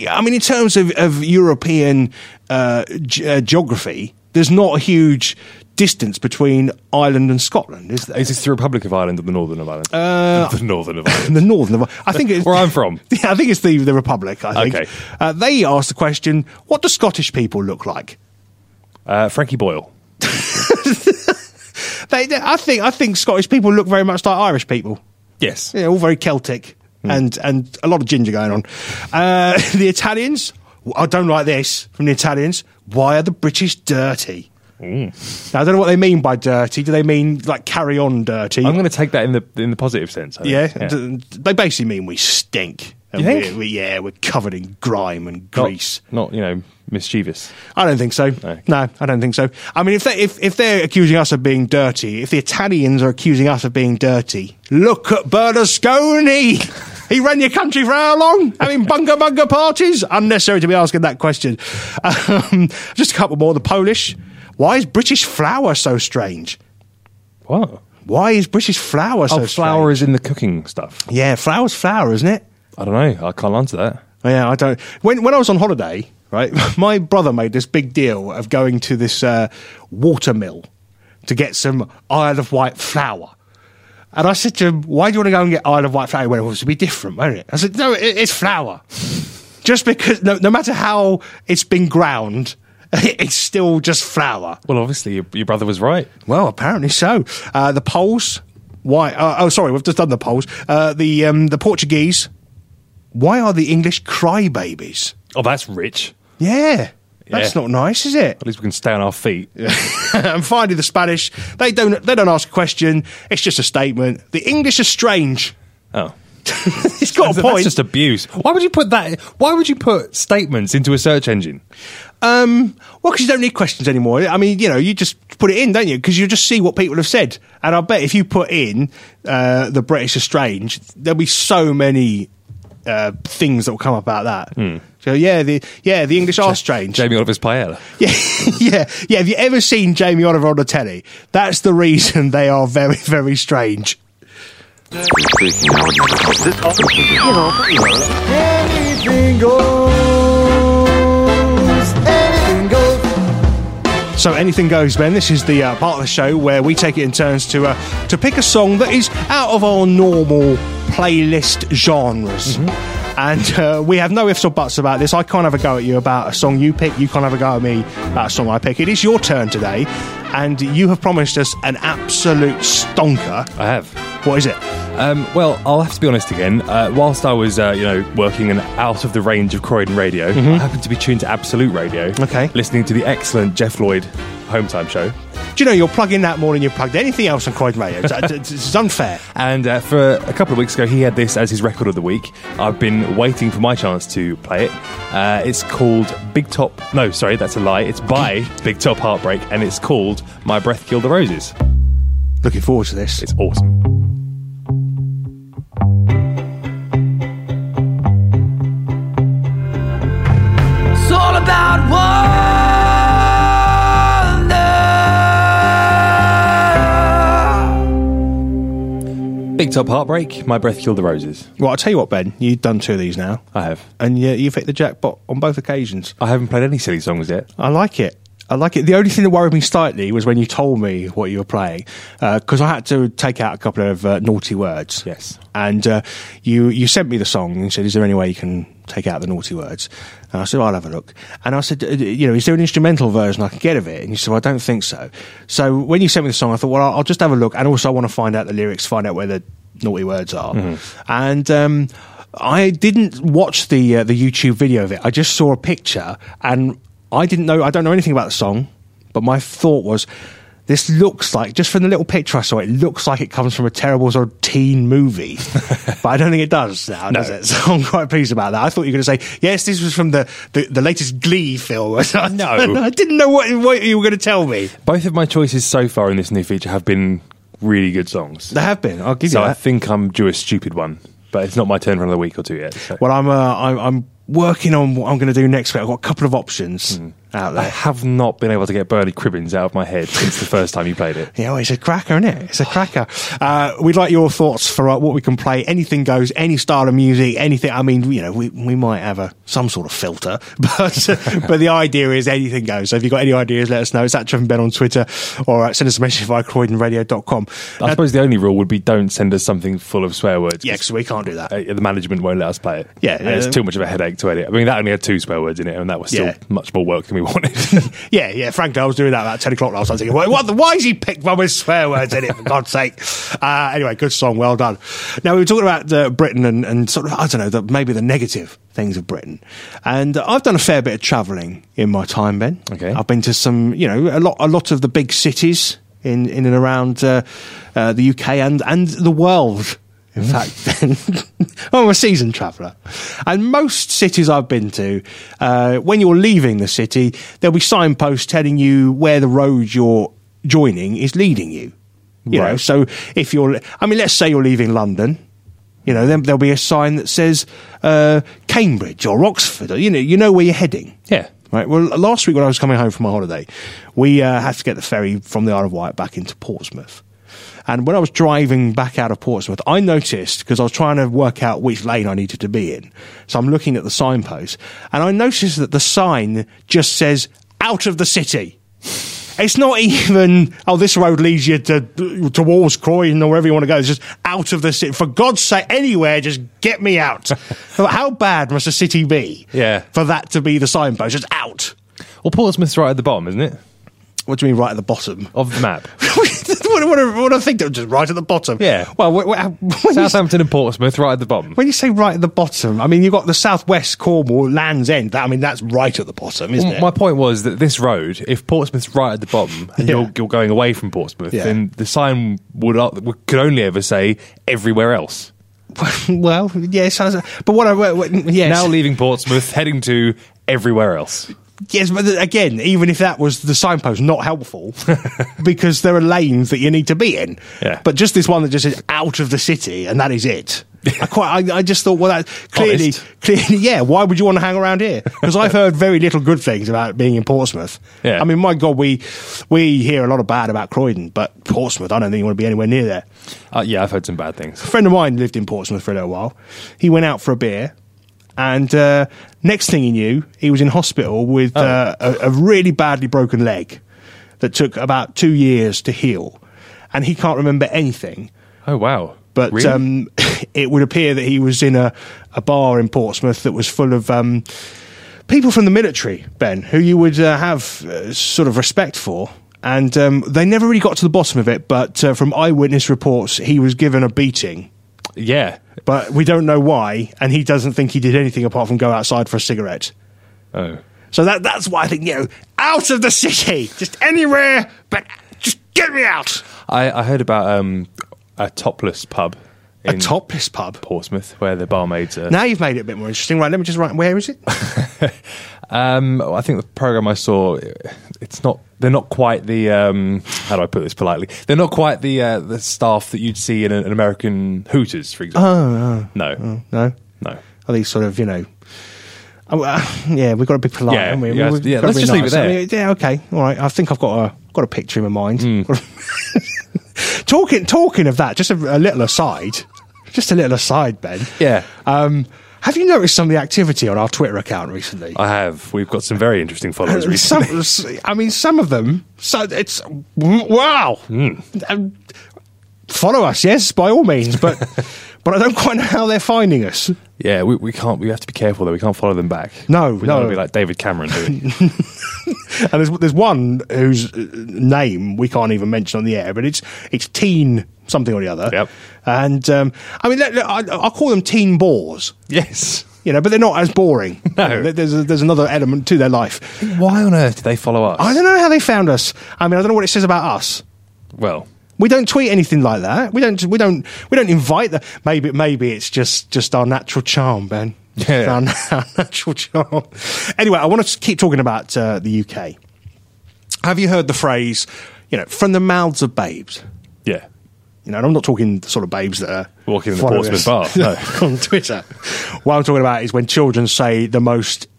D: I mean, in terms of, of European uh, ge- uh, geography, there's not a huge distance between Ireland and Scotland, is there?
E: Is this the Republic of Ireland or the Northern of Ireland? Uh, the Northern of Ireland.
D: the northern of I think it's
E: Where I'm from.
D: Yeah, I think it's the the Republic. I think
E: Okay.
D: uh, they asked the question: What do Scottish people look like?
E: Uh, Frankie Boyle.
D: They, they- I think I think Scottish people look very much like Irish people.
E: Yes.
D: Yeah, all very Celtic
E: Hmm.
D: and and a lot of ginger going on. Uh, the Italians, I don't like this from the Italians. Why are the British dirty?
E: Mm.
D: Now, I don't know what they mean by dirty. Do they mean like carry on dirty?
E: I'm going to take that in the in the positive sense. I think.
D: yeah, d- they basically mean we stink. And
E: You think?
D: We're, we, yeah, we're covered in grime and
E: Not-
D: grease.
E: Not, you know mischievous.
D: I don't think so.
E: No.
D: No, I don't think so. I mean, if they if, if they're accusing us of being dirty, if the Italians are accusing us of being dirty, look at Berlusconi. He ran your country for how long? Having bunga bunga parties? Unnecessary to be asking that question. Um, just a couple more. The Polish. Why is British flour so strange?
E: What?
D: Why is British flour so
E: oh, flour is in the cooking stuff.
D: strange? Yeah, flour's flour, isn't it?
E: I don't know. I can't answer that.
D: Yeah, I don't. When when I was on holiday, right, my brother made this big deal of going to this uh, water mill to get some Isle of Wight flour. And I said to him, "Why do you want to go and get Isle of Wight flour? He went, well, it's to be different, won't it?" I said, "No, it, it's flour. Just because, no, no matter how it's been ground, it's still just flour."
E: Well, obviously your, your brother was right.
D: Well, apparently so. Uh, the Poles, why? Uh, oh, sorry, we've just done the Poles. Uh, the um, the Portuguese, why are the English crybabies?
E: Oh, that's rich.
D: Yeah. That's
E: Yeah.
D: not nice, is it?
E: At least we can stay on our feet.
D: and finally, the Spanish. They don't. They don't ask a question. It's just a statement. The English are strange.
E: Oh.
D: It's got a
E: That's
D: point.
E: just abuse. Why would you put that? Why would you put statements into a search engine?
D: um, well, because you don't need questions anymore. I mean, you know, you just put it in, don't you? Because you just see what people have said. And I bet if you put in uh, the British are strange, there'll be so many uh, things that will come up about that. So yeah, the yeah the English are strange.
E: Hmm. Jamie Oliver's paella.
D: Yeah, yeah, yeah. Have you ever seen Jamie Oliver on the telly? That's the reason they are very, very strange.
G: Anything goes.
D: So anything goes, Ben. This is the uh, part of the show where we take it in turns to uh, to pick a song that is out of our normal playlist genres. And uh, we have no ifs or buts about this. I can't have a go at you about a song you pick. You can't have a go at me about a song I pick. It is your turn today, and you have promised us an absolute stonker.
E: I have.
D: What is it?
E: Um, well, I'll have to be honest again. Uh, whilst I was, uh, you know, working and out of the range of Croydon radio, I happened to be tuned to Absolute Radio.
D: Okay.
E: Listening to the excellent Jeff Lloyd Home Time Show.
D: Do you know you're plugging that more than you plugged anything else on Croydon Radio? It's, it's, it's unfair.
E: And uh, for a couple of weeks ago, he had this as his record of the week. I've been waiting for my chance to play it. Uh, it's called Big Top. No, sorry, that's a lie. It's by Big Top Heartbreak, and it's called My Breath Killed the Roses.
D: Looking forward to this.
E: It's awesome.
C: It's all about wonder.
E: Big Top Heartbreak, My Breath Killed the Roses.
D: Well, I'll tell you what, Ben, you've done two of these now,
E: I have.
D: and you, you've hit the jackpot on both occasions.
E: I haven't played any silly songs yet.
D: I like it. I like it. The only thing that worried me slightly was when you told me what you were playing, because I had to take out a couple of uh, naughty words.
E: Yes.
D: And uh, you you sent me the song and said, "Is there any way you can take out the naughty words?" And I said, "I'll have a look." And I said, uh, "You know, is there an instrumental version I can get of it?" And you said, well, "I don't think so." So when you sent me the song, I thought, "Well, I'll, I'll just have a look," and also I want to find out the lyrics, find out where the naughty words are, and. Um, I didn't watch the uh, the YouTube video of it. I just saw a picture, and I didn't know. I don't know anything about the song, but my thought was, this looks like just from the little picture I saw, it looks like it comes from a terrible sort of teen movie. but I don't think it does now, does it? So I'm quite pleased about that. I thought you were going to say, yes, this was from the, the, the latest Glee film.
E: No.
D: I didn't know what, what you were going to tell me.
E: Both of my choices so far in this new feature have been really good songs.
D: There have been. I'll give
E: so
D: you
E: I
D: that.
E: think I'm due a stupid one, but it's not my turn for another week or two yet. so.
D: Well, I'm uh, I'm, I'm working on what I'm going to do next week. I've got a couple of options out
E: I
D: there.
E: have not been able to get Burley Cribbins out of my head since the first time you played it.
D: Yeah, well, it's a cracker, isn't it? It's a cracker. Uh, we'd like your thoughts for uh, what we can play. Anything goes, any style of music, anything. I mean, you know, we, we might have a some sort of filter, but but the idea is anything goes. So if you've got any ideas, let us know. It's at Trevor and Ben on Twitter or uh, send us a message via croydonradio.com.
E: I
D: Uh,
E: suppose the only rule would be don't send us something full of swear words.
D: yeah, because we can't do that.
E: Uh, the management won't let us play it.
D: Yeah,
E: And it's
D: yeah.
E: too much of a headache to edit. I mean, that only had two swear words in it, and that was still
D: Yeah.
E: much more work than we wanted.
D: Yeah, yeah, Frank Dale's doing that about 10 o'clock last night. Thinking, what, what the, why is he picked one with swear words in it, for God's sake? Uh, anyway, good song, well done. Now, we were talking about uh, Britain and, and sort of, I don't know, the, maybe the negative things of Britain. And uh, I've done a fair bit of travelling in my time, Ben.
E: Okay.
D: I've been to some, you know, a lot, a lot of the big cities in, in and around uh, uh, the UK and, and the world. In fact, Ben, I'm a seasoned traveller. And most cities I've been to, uh, when you're leaving the city, there'll be signposts telling you where the road you're joining is leading you. You know,
E: Right.
D: so if you're, I mean, let's say you're leaving London, you know, then there'll be a sign that says uh, Cambridge or Oxford, or, you know, you know where you're heading.
E: yeah.
D: Right. Well, last week when I was coming home from my holiday, we uh, had to get the ferry from the Isle of Wight back into Portsmouth. And when I was driving back out of Portsmouth, I noticed because I was trying to work out which lane I needed to be in. So I'm looking at the signpost and I noticed that the sign just says out of the city. It's not even, oh, this road leads you to, towards Croydon or wherever you want to go. It's just out of the city. For God's sake, anywhere, just get me out. How bad must a city be
E: Yeah.
D: for that to be the signpost? Just out.
E: Well, Portsmouth's right at the bottom, isn't it?
D: What do you mean right at the bottom?
E: Of the map.
D: what, what, what do I think? Just right at the bottom.
E: Yeah.
D: Well, wh- wh- when, you,
E: Southampton and Portsmouth, right at the bottom.
D: when you say right at the bottom, I mean, you've got the southwest Cornwall, Land's End. That, I mean, that's right at the bottom, isn't
E: Well,
D: it?
E: My point was that this road, if Portsmouth's right at the bottom and
D: Yeah.
E: you're, you're going away from Portsmouth,
D: Yeah.
E: then the sign would, uh, would could only ever say everywhere else.
D: well, yes. I was- But what I. What, yes.
E: Now leaving Portsmouth, heading to everywhere else.
D: Yes, but th- again, even if that was the signpost, not helpful because there are lanes that you need to be in.
E: Yeah.
D: But just this one that just says out of the city, and that is it. I quite. I, I just thought, well, that clearly,
E: Honest.
D: clearly, yeah. Why would you want to hang around here? Because I've heard very little good things about being in Portsmouth.
E: Yeah.
D: I mean, my God, we we hear a lot of bad about Croydon, but Portsmouth, I don't think you want to be anywhere near there.
E: Uh, yeah, I've heard some bad things.
D: A friend of mine lived in Portsmouth for a little while. He went out for a beer, and uh, next thing he knew, he was in hospital with uh, a, a really badly broken leg. that took about two years to heal, and he can't remember anything.
E: Oh wow!
D: But
E: Really?
D: um, it would appear that he was in a, a bar in Portsmouth that was full of um, people from the military, Ben, who you would uh, have uh, sort of respect for. And um, they never really got to the bottom of it, but uh, from eyewitness reports, he was given a beating.
E: yeah.
D: But we don't know why, and he doesn't think he did anything apart from go outside for a cigarette.
E: Oh,
D: So that, that's why I think, you know, out of the city, just anywhere, but just get me out.
E: I, I heard about um, a topless pub.
D: a topless pub.
E: Portsmouth, where the barmaids are.
D: Now you've made it a bit more interesting. Right, let me just write. Where is it?
E: Um, I think the program I saw, it's not. They're not quite the. Um, how do I put this politely? They're not quite the uh, the staff that you'd see in an, an American Hooters, for example.
D: Oh,
E: no,
D: No.
E: no.
D: Are these sort of, you know. Oh, uh, yeah, we've got to be polite,
E: Yeah,
D: haven't we?
E: yeah,
D: We've got
E: yeah,
D: to
E: let's
D: be
E: just leave it
D: I
E: there.
D: mean, yeah, okay. All right. I think I've got a, got a picture in my mind.
E: Hmm.
D: talking, talking of that, just a, a little aside. Just a little aside, Ben.
E: Yeah.
D: Um, have you noticed some of the activity on our Twitter account recently?
E: I have. We've got some very interesting followers recently.
D: some, I mean, some of them. So it's wow.
E: Hmm.
D: Um, follow us, yes, by all means, but but I don't quite know how they're finding us.
E: Yeah, we, we can't. We have to be careful though. We can't follow them back.
D: No,
E: we
D: no.
E: don't want to be like David Cameron. Do we?
D: And there's there's one whose uh, name we can't even mention on the air, but it's it's teen something or the other.
E: Yep.
D: And um, I mean, let- let- I, I'll call them teen bores.
E: yes.
D: You know, but they're not as boring.
E: No.
D: There- there's a, there's another element to their life.
E: Why on earth do they follow us?
D: I don't know how they found us. I mean, I don't know what it says about us.
E: Well,
D: We don't tweet anything like that. We don't. We don't. We don't invite the. Maybe. Maybe it's just just our natural charm, Ben.
E: Yeah.
D: Our, na- our natural charm. Anyway, I want to keep talking about uh, the UK. Have you heard the phrase, you know, from the mouths of babes?
E: yeah.
D: You know, and I'm not talking the sort of babes that are
E: Walking in the
D: following
E: Portsmouth
D: us
E: bar,
D: on Twitter. What I'm talking about is when children say the most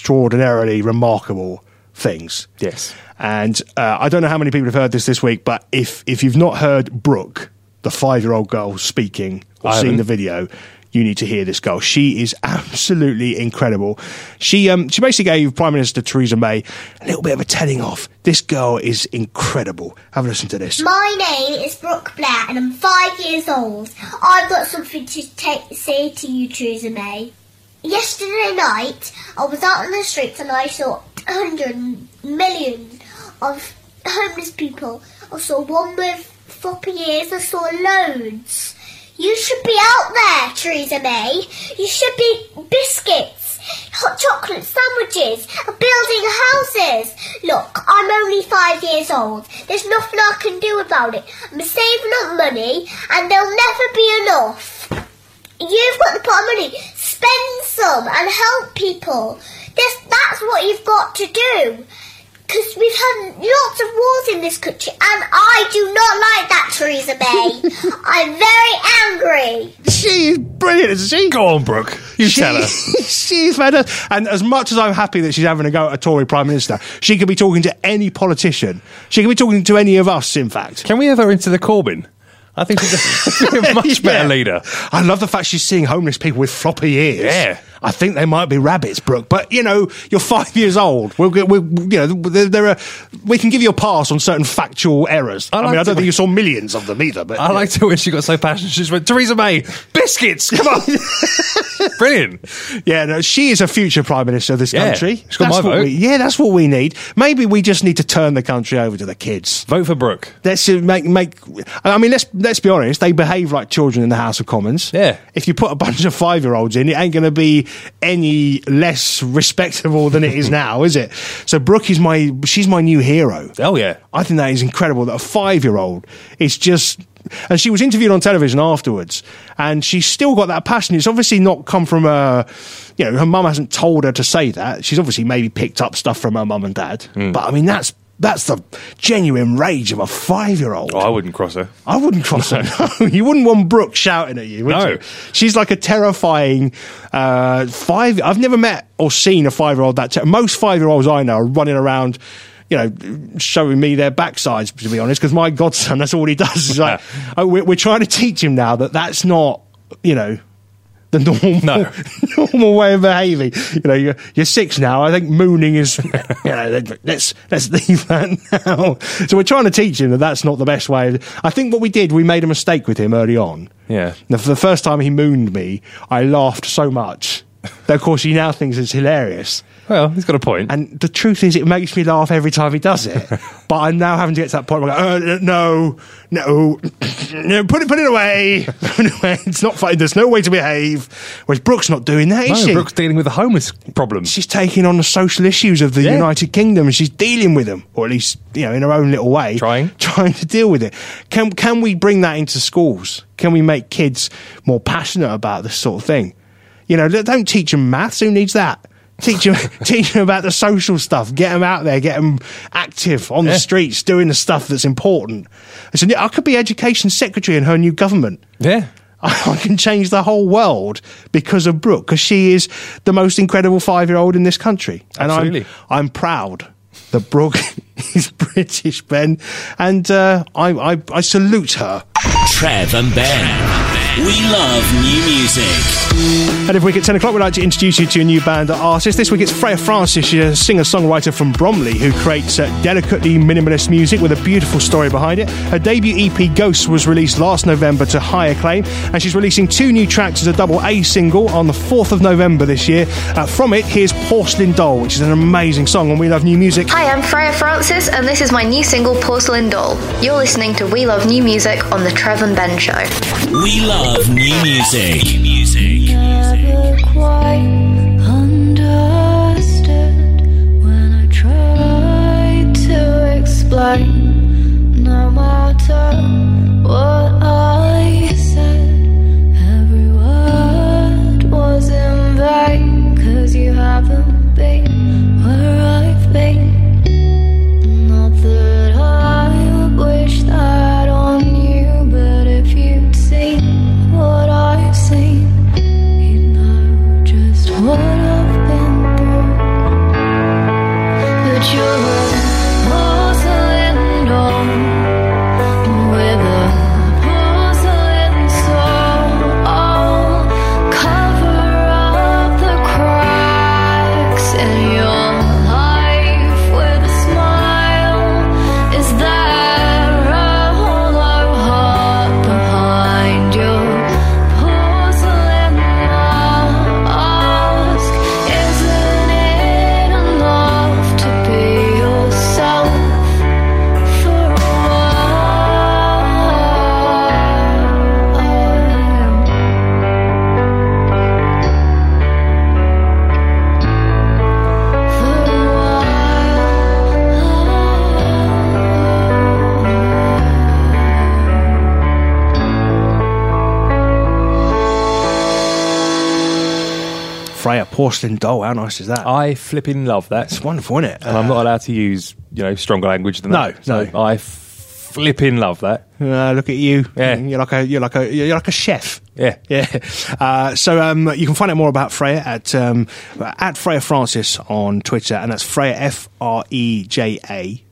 D: extraordinarily remarkable things.
E: Yes.
D: And uh, I don't know how many people have heard this this week, but if if you've not heard Brooke, the five year old girl speaking or
E: I
D: seen
E: haven't.
D: the video, you need to hear this girl. She is absolutely incredible. She um she basically gave Prime Minister Theresa May a little bit of a telling off. This girl is incredible. Have a listen to this.
G: My name is Brooke Blair and I'm five years old. I've got something to ta- say to you, Theresa May. Yesterday night, I was out on the streets and I saw a hundred millions of homeless people. I saw one with floppy ears, I saw loads. You should be out there, Theresa May. You should be biscuits, hot chocolate sandwiches, and building houses. Look, I'm only five years old. There's nothing I can do about it. I'm saving up money, and there'll never be enough. You've got the pot of money. Spend some and help people. This, that's what you've got to do. Because we've had lots of wars in this country, and I do not like that, Theresa May. I'm very angry.
D: She is brilliant, isn't she?
E: Go on, Brooke. You tell her.
D: she's fantastic. And as much as I'm happy that she's having a go at a Tory Prime Minister, she could be talking to any politician. She could be talking to any of us, in fact.
E: Can we have her into the Corbyn? I think she's a, a much better
D: Yeah.
E: leader.
D: I love the fact she's seeing homeless people with floppy ears.
E: Yeah.
D: I think they might be rabbits, Brooke. But you know, you're five years old. We'll, get- we'll you know, there, there are. We can give you a pass on certain factual errors. I,
E: I
D: mean,
E: like
D: I don't
E: to-
D: think you saw millions of them either. But
E: I
D: you know.
E: liked her when she got so passionate. She just went, Theresa May, biscuits, come on. Brilliant.
D: Yeah, no, she is a future prime minister of this
E: Yeah,
D: country.
E: she's got
D: that's
E: my
D: what
E: vote.
D: We, yeah, that's what we need. Maybe we just need to turn the country over to the kids.
E: Vote for Brooke.
D: Let's uh, make make. I mean, let's let's be honest. They behave like children in the House of Commons.
E: Yeah.
D: If you put a bunch of five year olds in, it ain't going to be any less respectable than it is now, is it? So Brooke is my she's my new hero.
E: Oh, yeah.
D: I think that is incredible that a five year old is just. And she was interviewed on television afterwards, and she's still got that passion. It's obviously not come from her, you know, her mum hasn't told her to say that. She's obviously maybe picked up stuff from her mum and dad. But I mean, that's that's the genuine rage of a five year old.
E: Oh, I wouldn't cross her.
D: I wouldn't cross her. No, you wouldn't want Brooke shouting at you, would
E: No.
D: you? She's like a terrifying uh, five. I've never met or seen a five year old that. Ter- Most five year olds I know are running around, you know, showing me their backsides, to be honest, because my godson, uh, that's all he does. Is like, oh, we're, we're trying to teach him now that that's not, you know, the normal
E: No.
D: normal way of behaving. You know, you're, you're six now. I think mooning is. You know, let's let's leave that now. So we're trying to teach him that that's not the best way. I think what we did, we made a mistake with him early on.
E: Yeah.
D: Now, for the first time he mooned me, I laughed so much. that of course, he now thinks it's hilarious.
E: Well, he's got a point.
D: And the truth is, it makes me laugh every time he does it. but I'm now having to get to that point where I'm like, uh, no, no, no, put it, put it away. Put it away. It's not fine. There's no way to behave. Whereas Brooke's not doing that, is
E: no,
D: she?
E: Brooke's dealing with the homeless problem.
D: She's taking on the social issues of the
E: Yeah.
D: United Kingdom and she's dealing with them, or at least, you know, in her own little way.
E: Trying.
D: Trying to deal with it. Can, can we bring that into schools? Can we make kids more passionate about this sort of thing? You know, don't- don't teach them maths. Who needs that? Teach them, teach them about the social stuff. Get them out there. Get them active on
E: Yeah.
D: the streets, doing the stuff that's important. I said, I could be education secretary in her new government.
E: Yeah.
D: I can change the whole world because of Brooke, because she is the most incredible five year old in this country. And
E: Absolutely.
D: I'm, I'm proud that Brooke is British, Ben. And uh, I, I, I salute her.
A: Trev and Ben. We love new music.
D: And every week at 10 o'clock, we'd like to introduce you to a new band artist. This week it's Freya Francis. She's a singer songwriter from Bromley who creates uh, delicately minimalist music with a beautiful story behind it. Her debut EP, Ghosts, was released last November to high acclaim, and she's releasing two new tracks as a double A single on the 4th of November this year. Uh, from it, here's Porcelain Doll, which is an amazing song, and we love new music.
H: Hi, I'm Freya Francis, and this is my new single, Porcelain Doll. You're listening to We Love New Music on The Trev and Ben Show.
A: We love new music. New music.
I: Never quite understood when I tried to explain. No matter what I said, every word was in vain. 'Cause you haven't been where I've been. Not that I would wish that on you, but if you'd seen what I've seen, you'd know just what I've been through. But you're a porcelain doll with a porcelain soul. I'll cover up the cracks in your life with a smile. Is there a hollow heart behind your porcelain mask? Isn't it enough to be yourself for a while?
D: Freya, Porcelain Doll, how nice is that?
E: I flipping love that.
D: it's wonderful, isn't it?
E: and I'm not allowed to use, you know, stronger language than
D: No,
E: that. So
D: no.
E: I flipping love that.
D: Uh, look at you.
E: Yeah.
D: You're like a you're like a you're like a chef.
E: Yeah.
D: Yeah. Uh, so um, you can find out more about Freya at um, at Freya Francis on Twitter, and that's Freya F R E J A.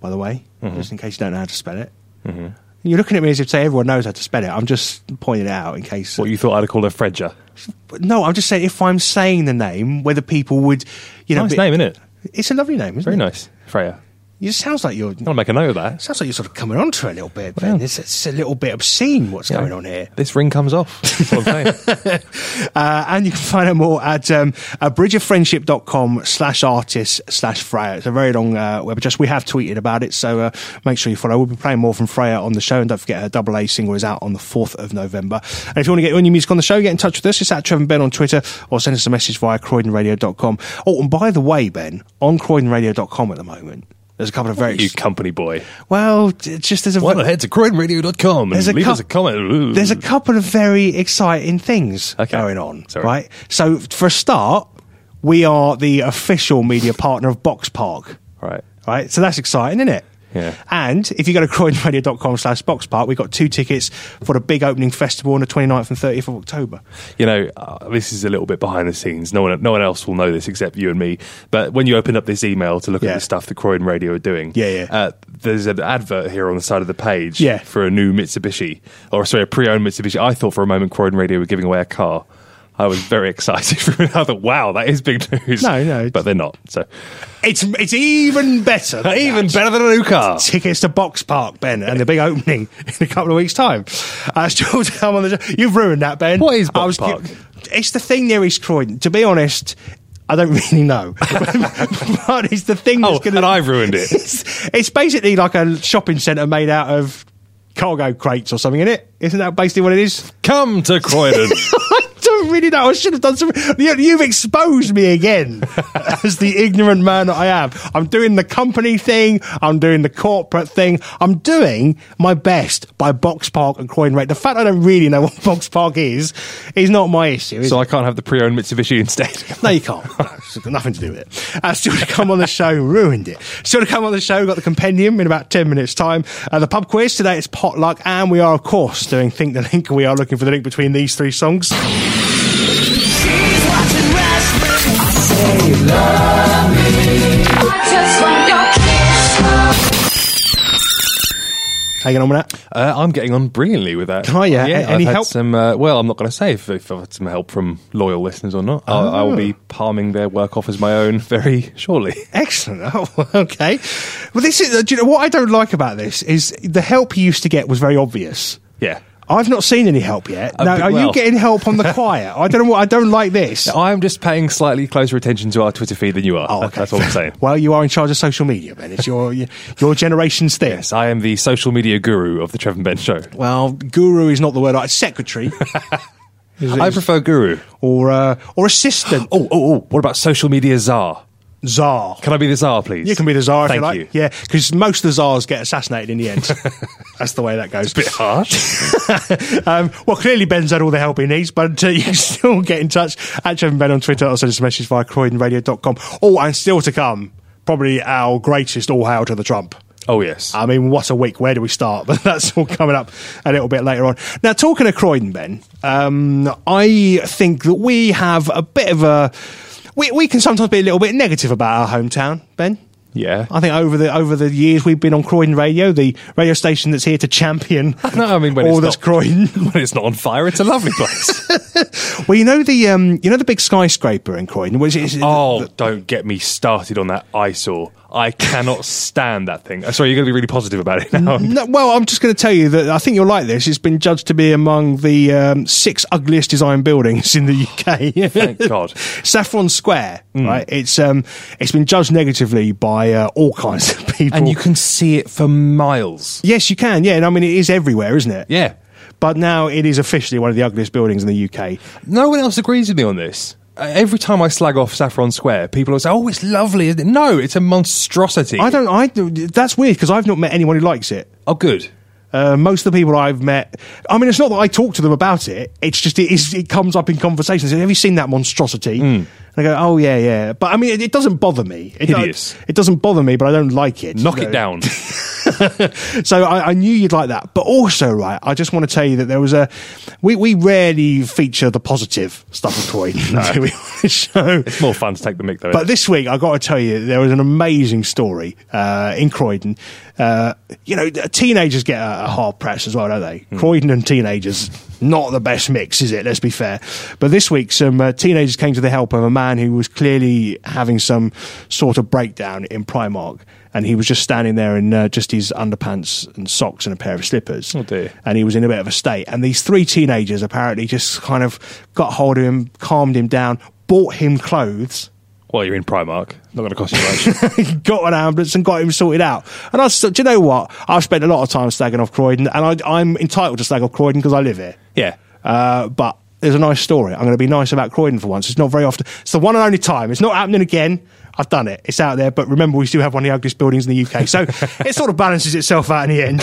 D: By the way,
E: Mm-hmm.
D: just in case you don't know how to spell it. You're looking at me as if to say everyone knows how to spell it. I'm just pointing it out in case.
E: What you thought I'd call a Fredger.
D: no, I'm just saying if I'm saying the name, whether people would, you know,
E: Nice
D: be-
E: name, isn't it?
D: It's a lovely name, isn't
E: Very
D: it?
E: nice. Freya.
D: It sounds like you're.
E: I'm going to make a note of that.
D: Sounds like you're sort of coming onto it a little bit, Ben.
E: Well.
D: it's, it's a little bit obscene what's going on here.
E: This ring comes off. That's what I'm saying.
D: Uh, and you can find out more at um, uh, bridgeoffriendship.com slash artist slash Freya. It's a very long uh, web address. We have tweeted about it, so uh, make sure you follow. We'll be playing more from Freya on the show. And don't forget, her double A single is out on the 4th of November. And if you want to get your new music on the show, get in touch with us. It's at Trevor and Ben on Twitter or send us a message via croydonradio.com. Oh, and by the way, Ben, on croydonradio.com at the moment, there's a couple of very.
E: you company boy.
D: well, d- just there's a.
E: Why not head to CroydonRadio.com and
D: There's a
E: leave
D: cou-
E: us a comment? Ooh.
D: there's a couple of very exciting things
E: Okay.
D: going on,
E: Sorry.
D: right? So, for a start, we are the official media partner of Box Park,
E: Right.
D: right? So that's exciting, isn't it?
E: Yeah.
D: And if you go to croydonradio.com slash box park, we've got two tickets for the big opening festival on the 29th and 30th of October.
E: you know, uh, this is a little bit behind the scenes. No one, no one else will know this except you and me. But when you open up this email to look
D: Yeah.
E: at the stuff that Croydon Radio are doing,
D: Yeah, yeah.
E: Uh, there's an advert here on the side of the page
D: Yeah.
E: for a new Mitsubishi, or sorry, a pre-owned Mitsubishi. I thought for a moment Croydon Radio were giving away a car. I was very excited for it. I thought, wow, that is big news.
D: No, no, it's-
E: But they're not. So
D: It's it's even better. than
E: even
D: that.
E: better than a new car.
D: Tickets to Box Park, Ben, and the big opening in a couple of weeks' time. Uh, still time on the show. You've ruined that, Ben.
E: What is
D: I
E: Box Park?
D: It's the thing near East Croydon. To be honest, I don't really know, but it's the thing that's
E: Oh,
D: going to.
E: and I've ruined it.
D: It's, it's basically like a shopping centre made out of cargo crates or something in it. Isn't that basically what it is?
E: Come to Croydon.
D: I don't really know. I should have done some. You, you've exposed me again as the ignorant man that I am. I'm doing the company thing. I'm doing the corporate thing. I'm doing my best by Box Park and Croydon Rate. The fact I don't really know what Box Park is is not my issue. is
E: so I can't have the pre-owned Mitsubishi instead.
D: no, you can't. It's got nothing to do with it. Uh, still to come on the show, ruined it. Still to come on the show, got the compendium in about 10 minutes' time. Uh, the pub quiz today is potluck, and we are, of course, doing Think the Link. We are looking for the link between these three songs. How you getting on with that?
E: Uh, I'm getting on brilliantly with that.
D: Oh, yeah. A- any
E: I've had
D: help?
E: Some, uh, well, I'm not going to say if, if I've had some help from loyal listeners or not. I'll, I'll be
D: Oh.
E: palming their work off as my own very shortly.
D: Excellent. Oh, okay. Well, this is. uh, Do you know what I don't like about this is the help you used to get was very obvious.
E: Yeah.
D: I've not seen any help yet.
E: Uh,
D: now,
E: but-
D: are
E: well-
D: you getting help on the quiet? I don't know. What, I don't like this.
E: I'm just paying slightly closer attention to our Twitter feed than you are.
D: Oh,
E: That-
D: okay.
E: That's all I'm saying.
D: Well, you are in charge of social media, Ben. It's your your generation's thing.
E: Yes, I am the social media guru of the Trevor and Ben Show.
D: Well, guru is not the word. I secretary Is it-
E: I prefer guru.
D: or uh, or assistant.
E: Oh, oh, oh. What about social media czar?
D: czar.
E: Can I be the czar, please?
D: You can be the czar if
E: Thank
D: you like.
E: you.
D: Yeah, because most of the czars get assassinated in the end. That's the way that goes.
E: Bit harsh.
D: um, well, clearly Ben's had all the help he needs, but uh, you can still get in touch at Trevor and Ben on Twitter or send us a message via croydonradio.com. Oh, and still to come, probably our greatest all hail to the Trump.
E: oh, yes.
D: I mean, what a week. Where do we start? But that's all coming up a little bit later on. Now, talking of Croydon, Ben, um, I think that we have a bit of a. We, we can sometimes be a little bit negative about our hometown, Ben.
E: yeah.
D: I think over the over the years we've been on Croydon Radio, the radio station that's here to champion
E: No, I mean, when
D: all
E: it's
D: that's
E: not-
D: Croydon.
E: when it's not on fire, it's a lovely place.
D: well, you know the um, you know the big skyscraper in Croydon, which is
E: Oh, don't get me started on that eyesore. I cannot stand that thing. Uh, Sorry, you're going to be really positive about it now.
D: No, well, I'm just going to tell you that I think you'll like this. It's been judged to be among the um, six ugliest design buildings in the UK.
E: Thank God. Hmm.
D: Saffron Square, right? It's um, it's been judged negatively by uh, all kinds of people.
E: And you can see it for miles.
D: yes, you can. Yeah, and I mean it is everywhere, isn't it?
E: Yeah.
D: But now it is officially one of the ugliest buildings in the UK.
E: No one else agrees with me on this. Uh, Every time I slag off Saffron Square, people will say, oh, it's lovely, isn't it? No, it's a monstrosity.
D: I don't. I that's weird because I've not met anyone who likes it.
E: Oh, good.
D: Uh, most of the people I've met, I mean, it's not that I talk to them about it. It's just it, is, it comes up in conversations. Have you seen that monstrosity? And I go, oh yeah, yeah. But I mean, it, it doesn't bother me. It,
E: Hideous.
D: It, doesn't bother me, but I don't like it.
E: Knock
D: So-
E: it down.
D: so I, I knew you'd like that. But also, right, I just want to tell you that there was a. We, we rarely feature the positive stuff of Croydon, do we, on this show.
E: it's more fun to take the mic, though.
D: But this week, I got to tell you, there was an amazing story uh, in Croydon. Uh, you know, th- teenagers get a, a hard press as well, don't they?
E: Hmm.
D: Croydon and teenagers, not the best mix, is it? Let's be fair. But this week, some uh, teenagers came to the help of a man who was clearly having some sort of breakdown in Primark. And he was just standing there in uh, just his underpants and socks and a pair of slippers.
E: Oh, dear.
D: And he was in a bit of a state. And these three teenagers apparently just kind of got hold of him, calmed him down, bought him clothes
E: Well, you're in Primark. Not going to cost you much.
D: got an ambulance and got him sorted out. And I said, do you know what? I've spent a lot of time slagging off Croydon, and I, I'm entitled to slag off Croydon because I live here.
E: yeah.
D: Uh, but there's a nice story. I'm going to be nice about Croydon for once. It's not very often. It's the one and only time. It's not happening again. I've done it. It's out there. But remember, we still have one of the ugliest buildings in the UK. So it sort of balances itself out in the end.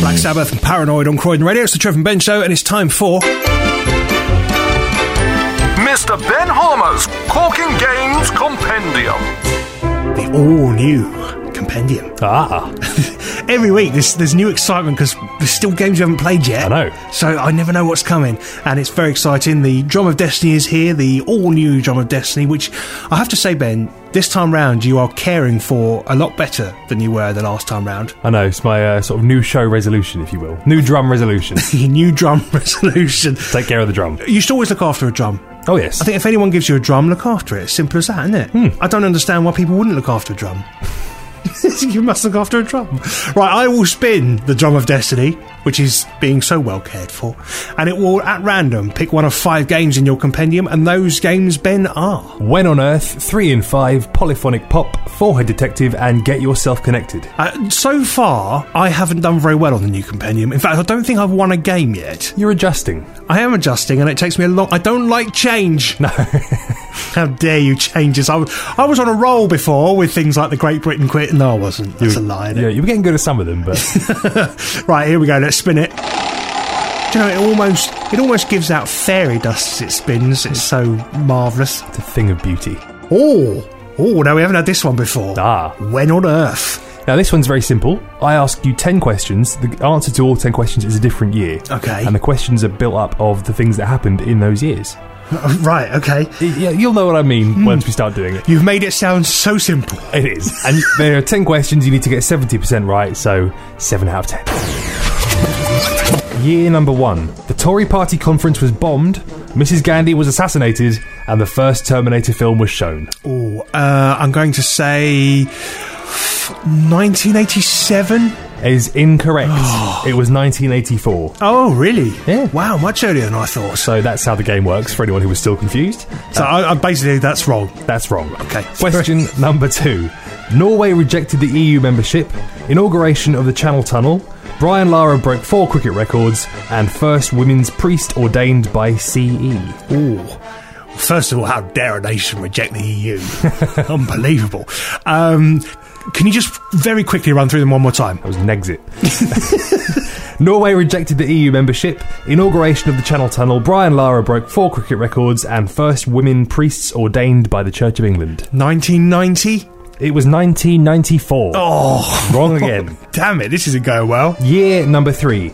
D: Black Sabbath and Paranoid on Croydon Radio. It's the Trevor and Ben Show, and it's time for.
J: Mr. Ben Harmer's Corking Games Compendium.
D: the all new Compendium.
E: Ah,
D: Every week, there's, there's new excitement because there's still games you haven't played yet.
E: I know.
D: So I never know what's coming, and it's very exciting. The Drum of Destiny is here, the all new Drum of Destiny, which I have to say, Ben, this time round you are caring for a lot better than you were the last time round.
E: I know. It's my uh, sort of new show resolution, if you will. New drum resolution.
D: Your new drum resolution.
E: Take care of the drum.
D: You should always look after a drum.
E: Oh yes.
D: I think if anyone gives you a drum, look after it. It's simple as that, isn't it? I don't understand why people wouldn't look after a drum. you must look after a drum. Right, I will spin the drum of destiny, which is being so well cared for, and it will at random pick one of five games in your compendium, and those games, Ben, are.
E: When on Earth, 3 in 5, Polyphonic Pop, Forehead Detective, and Get Yourself Connected.
D: Uh, so far, I haven't done very well on the new compendium. In fact, I don't think I've won a game yet.
E: You're adjusting.
D: I am adjusting, and it takes me a long. I don't like change.
E: No.
D: How dare you change this? I was, I was on a roll before with things like the Great Britain quit. No, I wasn't. That's a lie.
E: yeah,
D: innit?
E: you were getting good at some of them, but
D: Right, here we go. Let's spin it. Do you know, it almost it almost gives out fairy dust as it spins. It's so marvellous.
E: it's a thing of beauty.
D: Oh, oh, no, we haven't had this one before.
E: Ah.
D: When on earth?
E: Now, this one's very simple. I ask you 10 questions. The answer to all 10 questions is a different year.
D: Okay.
E: And the questions are built up of the things that happened in those years. Hmm.
D: Right, okay.
E: Y- Yeah, you'll know what I mean once we start doing it.
D: You've made it sound so simple.
E: It is. And there are 10 questions. You need to get 70% right, so 7 out of 10. Year number 1. The Tory party conference was bombed, Mrs. Gandhi was assassinated, and the first Terminator film was shown.
D: Oh, uh, I'm going to say 1987.
E: Is incorrect. it was 1984.
D: Oh, really?
E: Yeah.
D: Wow, much earlier than I thought. So,
E: So that's how the game works for anyone who was still confused.
D: so I, I basically that's wrong.
E: That's wrong.
D: Okay.
E: Question number two. Norway rejected the EU membership, inauguration of the Channel Tunnel, Brian Lara broke four cricket records, and first women's priest ordained by E. CE.
D: First of all, how dare a nation reject the EU? Unbelievable. Um, can you just very quickly run through them one more time?
E: That was an exit. Norway rejected the EU membership, inauguration of the Channel Tunnel, Brian Lara broke four cricket records, and first women priests ordained by the Church of England.
D: 1990?
E: It was 1994.
D: Oh,
E: Wrong again.
D: damn it, this isn't going well.
E: Year number three.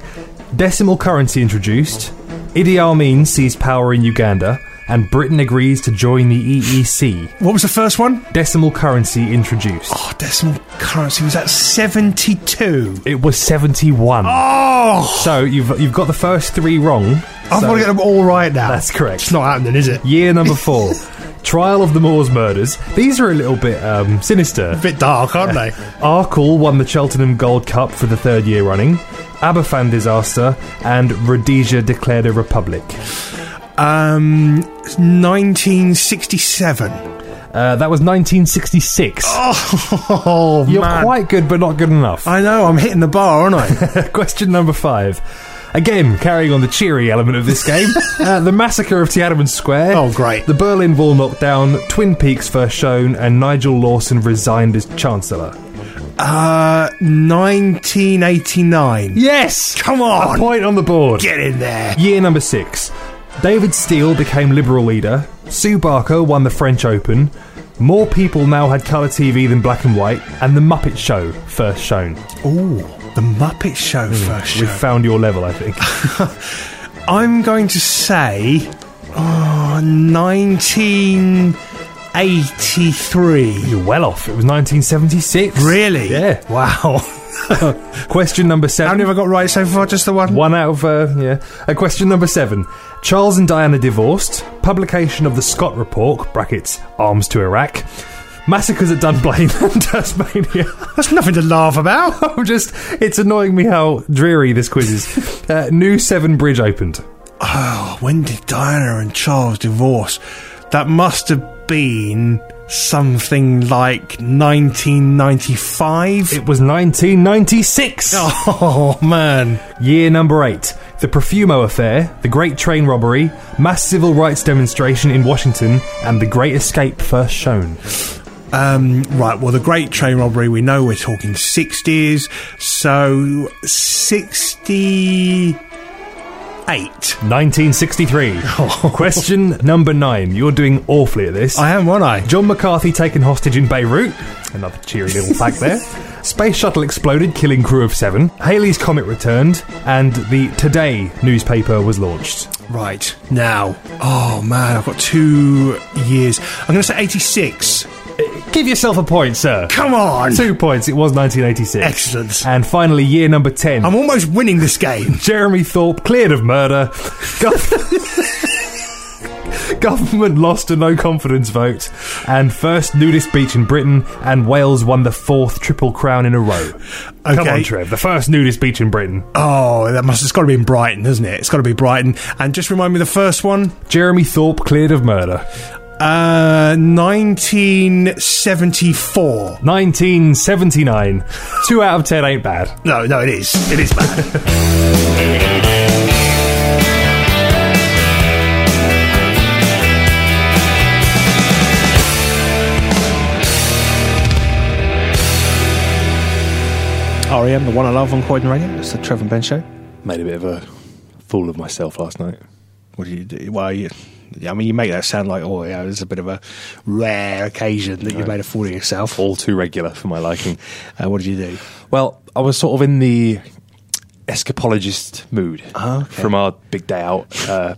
E: Decimal currency introduced. Idi Amin sees power in Uganda, and Britain agrees to join the EEC.
D: What was the first one?
E: Decimal currency introduced.
D: Oh, decimal currency was at 72.
E: It was 71.
D: Oh,
E: So you've you've got the first three wrong.
D: I've
E: So-
D: got to get them all right now.
E: That's correct.
D: It's not happening, is it?
E: Year number four. Trial of the Moors murders. These are a little bit um, sinister.
D: A bit dark, aren't they?
E: Arkle won the Cheltenham Gold Cup for the third year running. Aberfan disaster and Rhodesia declared a republic.
D: Um, 1967.
E: Uh, that was 1966.
D: Oh,
E: You're
D: man.
E: quite good, but not good enough.
D: I know, I'm hitting the bar, aren't I?
E: Question number five. Again, carrying on the cheery element of this game, uh, the massacre of Tiananmen Square.
D: Oh, great.
E: The Berlin Wall knocked down, Twin Peaks first shown, and Nigel Lawson resigned as chancellor.
D: uh, 1989.
E: Yes,
D: Come
E: a
D: on,
E: point on the board.
D: get in there.
E: Year number six. David Steele became Liberal leader. Sue Barker won the French Open. More people now had colour TV than black and white, and the Muppet Show first shown.
D: Ooh, the Muppet Show first show.
E: We've found your level, I think.
D: I'm going to say oh, 1983.
E: You're well off. It was 1976.
D: Really?
E: Yeah.
D: Wow.
E: Question number
D: How
E: seven.
D: many have I got right so far? Just the one.
E: One out of uh, yeah. Uh, question number seven. Charles and Diana divorced. Publication of the Scott Report (brackets arms to Iraq). Massacres at Dunblane and Tasmania.
D: That's nothing to laugh about.
E: I'm just. It's annoying me how dreary this quiz is. Uh, new Seven Bridge opened.
D: Oh, when did Diana and Charles divorce? That must have been something like 1995.
E: It was 1996.
D: oh man.
E: Year number eight. The Profumo Affair, the Great Train Robbery, mass civil rights demonstration in Washington, and the Great Escape first shown.
D: Um, right, well, the Great Train Robbery, we know we're talking 60s, so 60. eight.
J: 1963. Question number nine. You're doing awfully at this.
D: I am, weren't I?
J: John McCarthy taken hostage in Beirut. Another cheery little fact there. Space shuttle exploded, killing crew of seven. Halley's Comet returned, and the Today newspaper was launched.
D: Right now, oh man, I've got two years. I'm going to say 86.
J: Give yourself a point, sir.
D: Come on,
J: Two points. It was 1986.
D: Excellent.
J: And finally, year number 10.
D: I'm almost winning this game.
J: Jeremy Thorpe cleared of murder. Gov- Government lost a no confidence vote, and first nudist beach in Britain, and Wales won the fourth Triple Crown in a row. Come
D: Okay.
J: on, Trev, the first nudist beach in Britain.
D: Oh, that must. It's got to be in Brighton, isn't it? It's got to be Brighton. And just remind me the first one.
J: Jeremy Thorpe cleared of murder.
D: Uh, 1974.
J: 1979. Two out of ten ain't bad.
D: No, no, it is. It is bad. REM, E the one I love on Croydon Radio. It's the Trevor and Ben show.
E: Made a bit of a fool of myself last night.
D: What do you do? Well, you, I mean, you make that sound like, oh, yeah, it's a bit of a rare occasion that you made a fool of yourself.
E: All too regular for my liking.
D: Uh, what did you do?
E: Well, I was sort of in the escapologist mood
D: Ah, okay.
E: from our big day out, uh,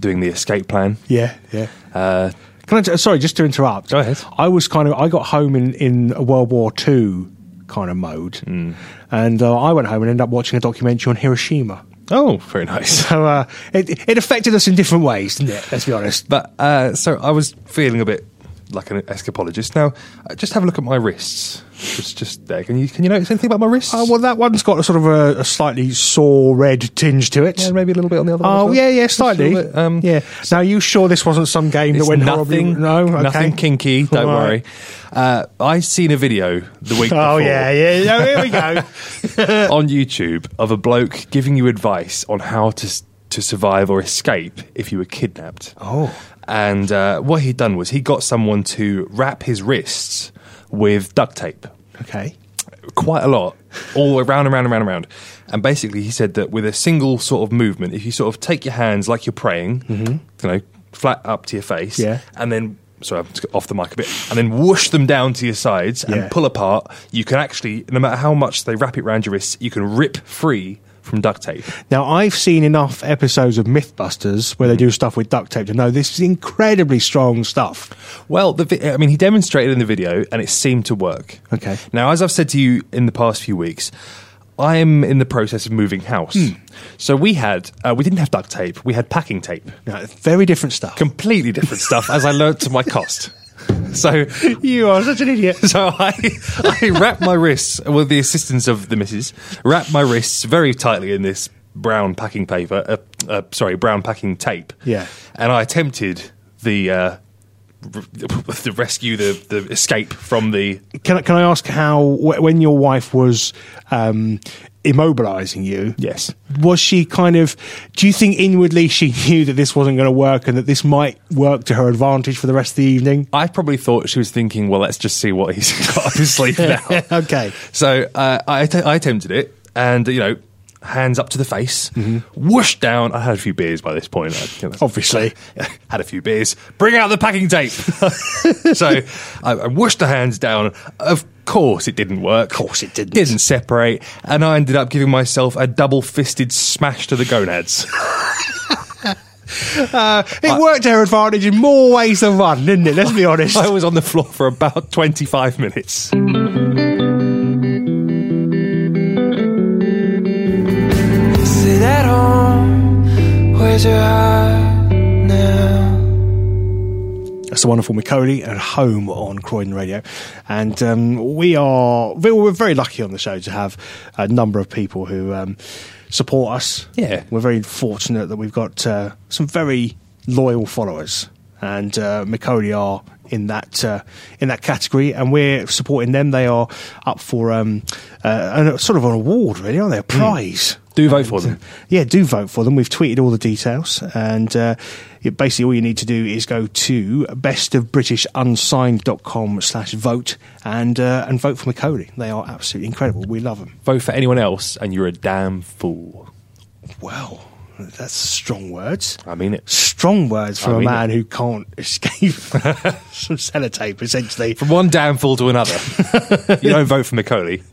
E: doing the escape plan.
D: Yeah, yeah.
E: Uh,
D: Can I ju- sorry, just to interrupt.
E: Go ahead.
D: I was kind of I got home in in a World War Two kind of mode,
E: Hmm.
D: and uh, I went home and ended up watching a documentary on Hiroshima.
E: oh, very nice.
D: So uh, it it affected us in different ways, didn't it? Let's be honest.
E: But uh, so I was feeling a bit like an escapologist. Now, uh, just have a look at my wrists. Just, just there. Can you can you notice anything about my wrists?
D: Oh well, that one's got a sort of a, a slightly sore red tinge to it.
E: Yeah, maybe a little bit on the other. one
D: Oh
E: as well.
D: yeah, yeah,
E: Just a little
D: slightly.
E: bit, um,
D: yeah. Now, you sure this wasn't some game that
E: It's
D: went horribly?
E: nothing,
D: No, okay.
E: nothing kinky. Don't
D: All
E: worry.
D: right.
E: Uh, I seen a video the week.
D: Oh
E: before
D: yeah, yeah. yeah, here we go.
E: on YouTube of a bloke giving you advice on how to s- to survive or escape if you were kidnapped.
D: Oh.
E: and uh, what he'd done was he got someone to wrap his wrists with duct tape,
D: okay.
E: quite a lot, all around, around, around, around. And basically, he said that with a single sort of movement, if you sort of take your hands like you're praying, you know, flat up to your face,
D: Mm-hmm. Yeah.
E: and then. Sorry, I'm just off the mic a bit, and then whoosh them down to your sides
D: Yeah.
E: and pull apart. You can actually, no matter how much they wrap it around your wrists, you can rip free from duct tape.
D: Now, I've seen enough episodes of Mythbusters where they do stuff with duct tape to know this is incredibly strong stuff.
E: Well, the vi- I mean, he demonstrated in the video, and it seemed to work.
D: Okay.
E: Now, as I've said to you in the past few weeks, I am in the process of moving house. So we had, uh, we didn't have duct tape. We had packing tape.
D: Now, it's very different stuff.
E: Completely different stuff, as I learnt to my cost. So
D: you are such an idiot.
E: so I, I wrap my wrists with the assistance of the missus. Wrap my wrists very tightly in this brown packing paper. Uh, uh, sorry, brown packing tape.
D: Yeah.
E: And I attempted the uh, r- the rescue, the the escape from the.
D: Can, I- can I ask how, wh- when your wife was um, immobilizing you,
E: Yes.
D: was she kind of, do you think inwardly she knew that this wasn't going to work and that this might work to her advantage for the rest of the evening?
E: I probably thought she was thinking, well, let's just see what he's got up his sleeve now.
D: Okay.
E: So uh, I, att- I attempted it, and you know, hands up to the face, whoosh down. I had a few beers by this point. I, you know,
D: Obviously.
E: had a few beers. Bring out the packing tape. so I, I whooshed the hands down. Of course, it didn't work. Of course, it didn't. Didn't separate, and I ended up giving myself a double-fisted smash to the gonads.
D: Uh, It worked to her advantage in more ways than one, didn't it? Let's be honest.
E: I was on the floor for about twenty-five minutes.
K: Sit at home. Where's your heart now?
D: That's the wonderful McColey at home on Croydon Radio. And um, we are, we- we're very lucky on the show to have a number of people who um, support us.
E: Yeah.
D: We're very fortunate that we've got uh, some very loyal followers. And uh, McColey are in that uh, in that category, and we're supporting them. They are up for um, uh, a, sort of an award, really, aren't they? A prize.
E: Do vote for them.
D: Yeah, do vote for them. We've tweeted all the details, and uh, it- basically all you need to do is go to bestofbritishinsigned.com slash vote and uh, and vote for Macaulay. They are absolutely incredible. We love them.
E: Vote for anyone else, and you're a damn fool.
D: Well, That's strong words.
E: I mean it.
D: Strong words
E: I
D: from
E: mean
D: a man who can't escape some sellotape, essentially.
E: From one downfall to another. you don't vote for McCauley.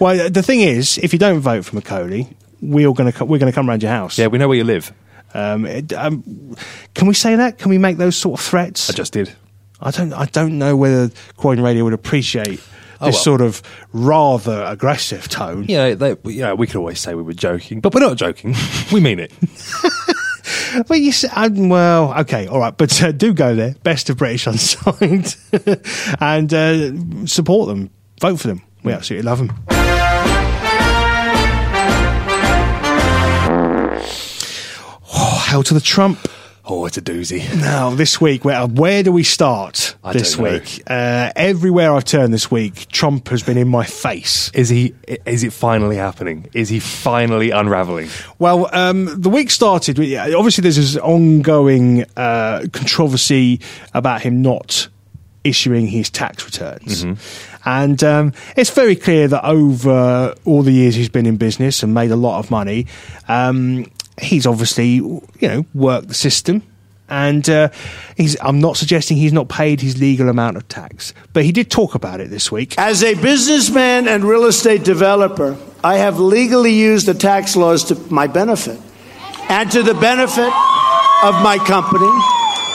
D: Well, the thing is, if you don't vote for Macaulay, we're going to we're going to come round your house.
E: Yeah, we know where you live.
D: Um, it- um, can we say that? Can we make those sort of threats?
E: I just did.
D: I don't. I don't know whether Coin Radio would appreciate this
E: Oh, well.
D: sort of rather aggressive tone.
E: You know, they, you know, we could always say we were joking, but we're not joking. we mean it.
D: But you said, um, well, okay, all right, but uh, do go there. Best of British Unsigned, and uh, support them. Vote for them. We absolutely love them. Oh, hell to the Trump.
E: Oh, it's a doozy.
D: Now, this week, where, where do we start
E: I
D: this
E: don't know.
D: week? Uh, everywhere I turn this week, Trump has been in my face.
E: Is he? Is it finally happening? Is he finally unraveling?
D: Well, um, the week started. With, yeah, obviously, there's this ongoing uh, controversy about him not issuing his tax returns. And um, it's very clear that over all the years he's been in business and made a lot of money, um, he's obviously, you know, worked the system. And uh, he's, I'm not suggesting he's not paid his legal amount of tax, but he did talk about it this week.
L: As a businessman and real estate developer, I have legally used the tax laws to my benefit and to the benefit of my company,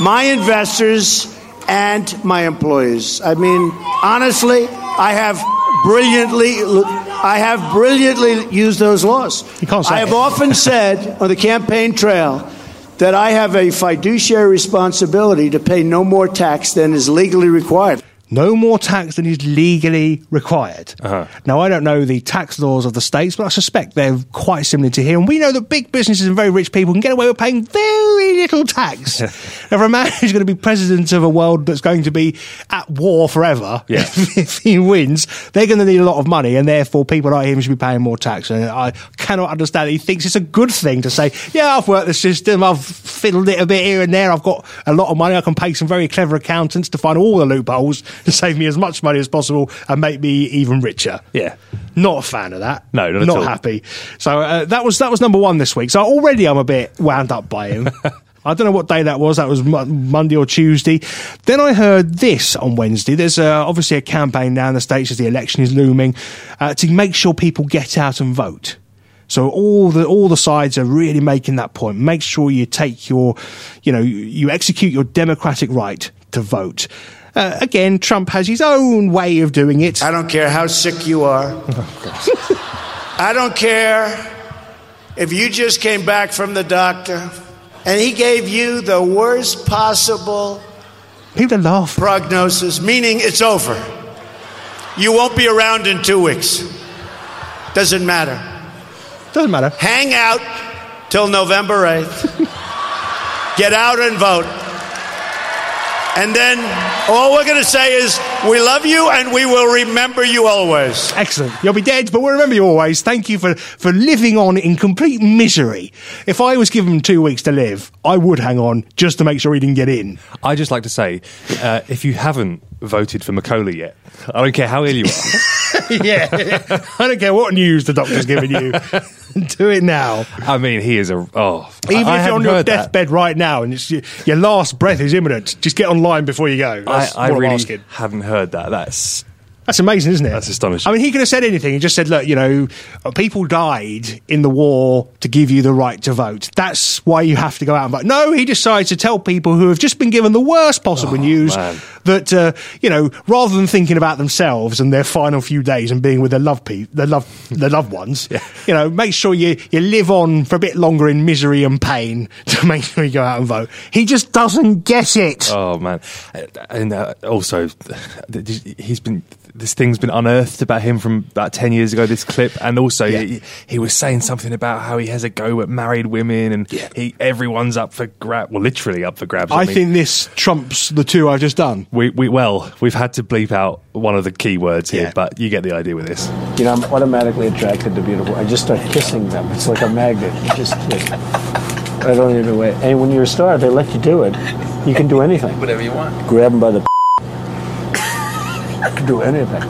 L: my investors, and my employees. I mean, honestly, I have brilliantly I have brilliantly used those laws.
D: say
L: I have
D: it.
L: often said on the campaign trail that I have a fiduciary responsibility to pay no more tax than is legally required.
D: no more tax than is legally required. Now, I don't know the tax laws of the states, but I suspect they're quite similar to here. And we know that big businesses and very rich people can get away with paying very little tax. now, for a man who's going to be president of a world that's going to be at war forever,
E: Yeah.
D: if he wins, they're going to need a lot of money, and therefore people like him should be paying more tax. And I cannot understand that he thinks it's a good thing to say, yeah, I've worked the system, I've fiddled it a bit here and there, I've got a lot of money, I can pay some very clever accountants to find all the loopholes to save me as much money as possible and make me even richer.
E: Yeah.
D: Not a fan of that.
E: No, not at all.
D: happy. So uh, that was that was number one this week. So already I'm a bit wound up by him. I don't know what day that was. That was Mon- Monday or Tuesday. Then I heard this on Wednesday. There's uh, obviously a campaign now in the states as the election is looming uh, to make sure people get out and vote. So all the all the sides are really making that point. Make sure you take your, you know, you, you execute your democratic right to vote. Uh, again, Trump has his own way of doing it.
L: I don't care how sick you are. I don't care if you just came back from the doctor and he gave you the worst possible
D: People are laughing.
L: prognosis, meaning it's over. You won't be around in two weeks. Doesn't matter.
D: Doesn't matter.
L: Hang out till November 8th. Get out and vote. And then all we're going to say is we love you and we will remember you always.
D: Excellent. You'll be dead, but we'll remember you always. Thank you for, for living on in complete misery. If I was given two weeks to live, I would hang on just to make sure he didn't get in.
E: I just like to say, uh, if you haven't voted for Macaulay yet, I don't care how ill you are.
D: yeah. I don't care what news the doctor's giving you. Do it now.
E: I mean, he is a oh. I-
D: Even
E: I
D: if
E: haven't
D: you're on your
E: heard that.
D: deathbed right now and it's, your your last breath is imminent, just get online before you go.
E: I,
D: That's
E: I
D: what I'm
E: really
D: asking.
E: haven't heard that. That's
D: That's amazing, isn't it?
E: That's astonishing.
D: I mean, he could have said anything. He just said, look, you know, uh, people died in the war to give you the right to vote. That's why you have to go out and vote. No, he decides to tell people who have just been given the worst possible news
E: Oh, man.
D: that, uh, you know, rather than thinking about themselves and their final few days and being with their love pe- their love, their loved ones, you know, make sure you, you live on for a bit longer in misery and pain to make sure you go out and vote. He just doesn't get it.
E: oh man, and uh, also he's been this thing's been unearthed about him from about ten years ago. This clip, and also he, he was saying something about how he has a go at married women, and he everyone's up for grab. Well, literally up for grabs.
D: I
E: mean,
D: think this trumps the two I've just done.
E: we, we well we've had to bleep out one of the key words here,
D: Yeah.
E: but you get the idea with this.
M: You know, I'm automatically attracted to beautiful. I just start kissing them. It's like a magnet. You just kiss. I don't even wait. And when you're a star, they let you do it. You can do anything. Whatever you want. Grab them by the. you can do anything.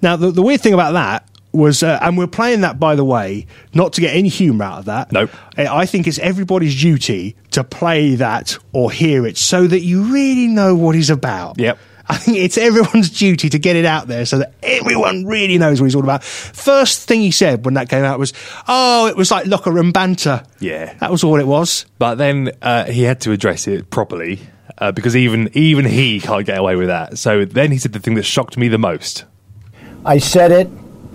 D: Now, the, the weird thing about that was, uh, and we're playing that, by the way, not to get any humour out of that. Nope. I think it's everybody's duty to play that or hear it so that you really know what he's about. Yep. I think it's everyone's duty to get it out there so that everyone really knows what he's all about. First thing he said when that came out was, oh, it was like locker room banter.
E: Yeah.
D: That was all it was.
E: But then uh, he had to address it properly uh, because even even he can't get away with that. So then he said the thing that shocked me the most.
N: I said it,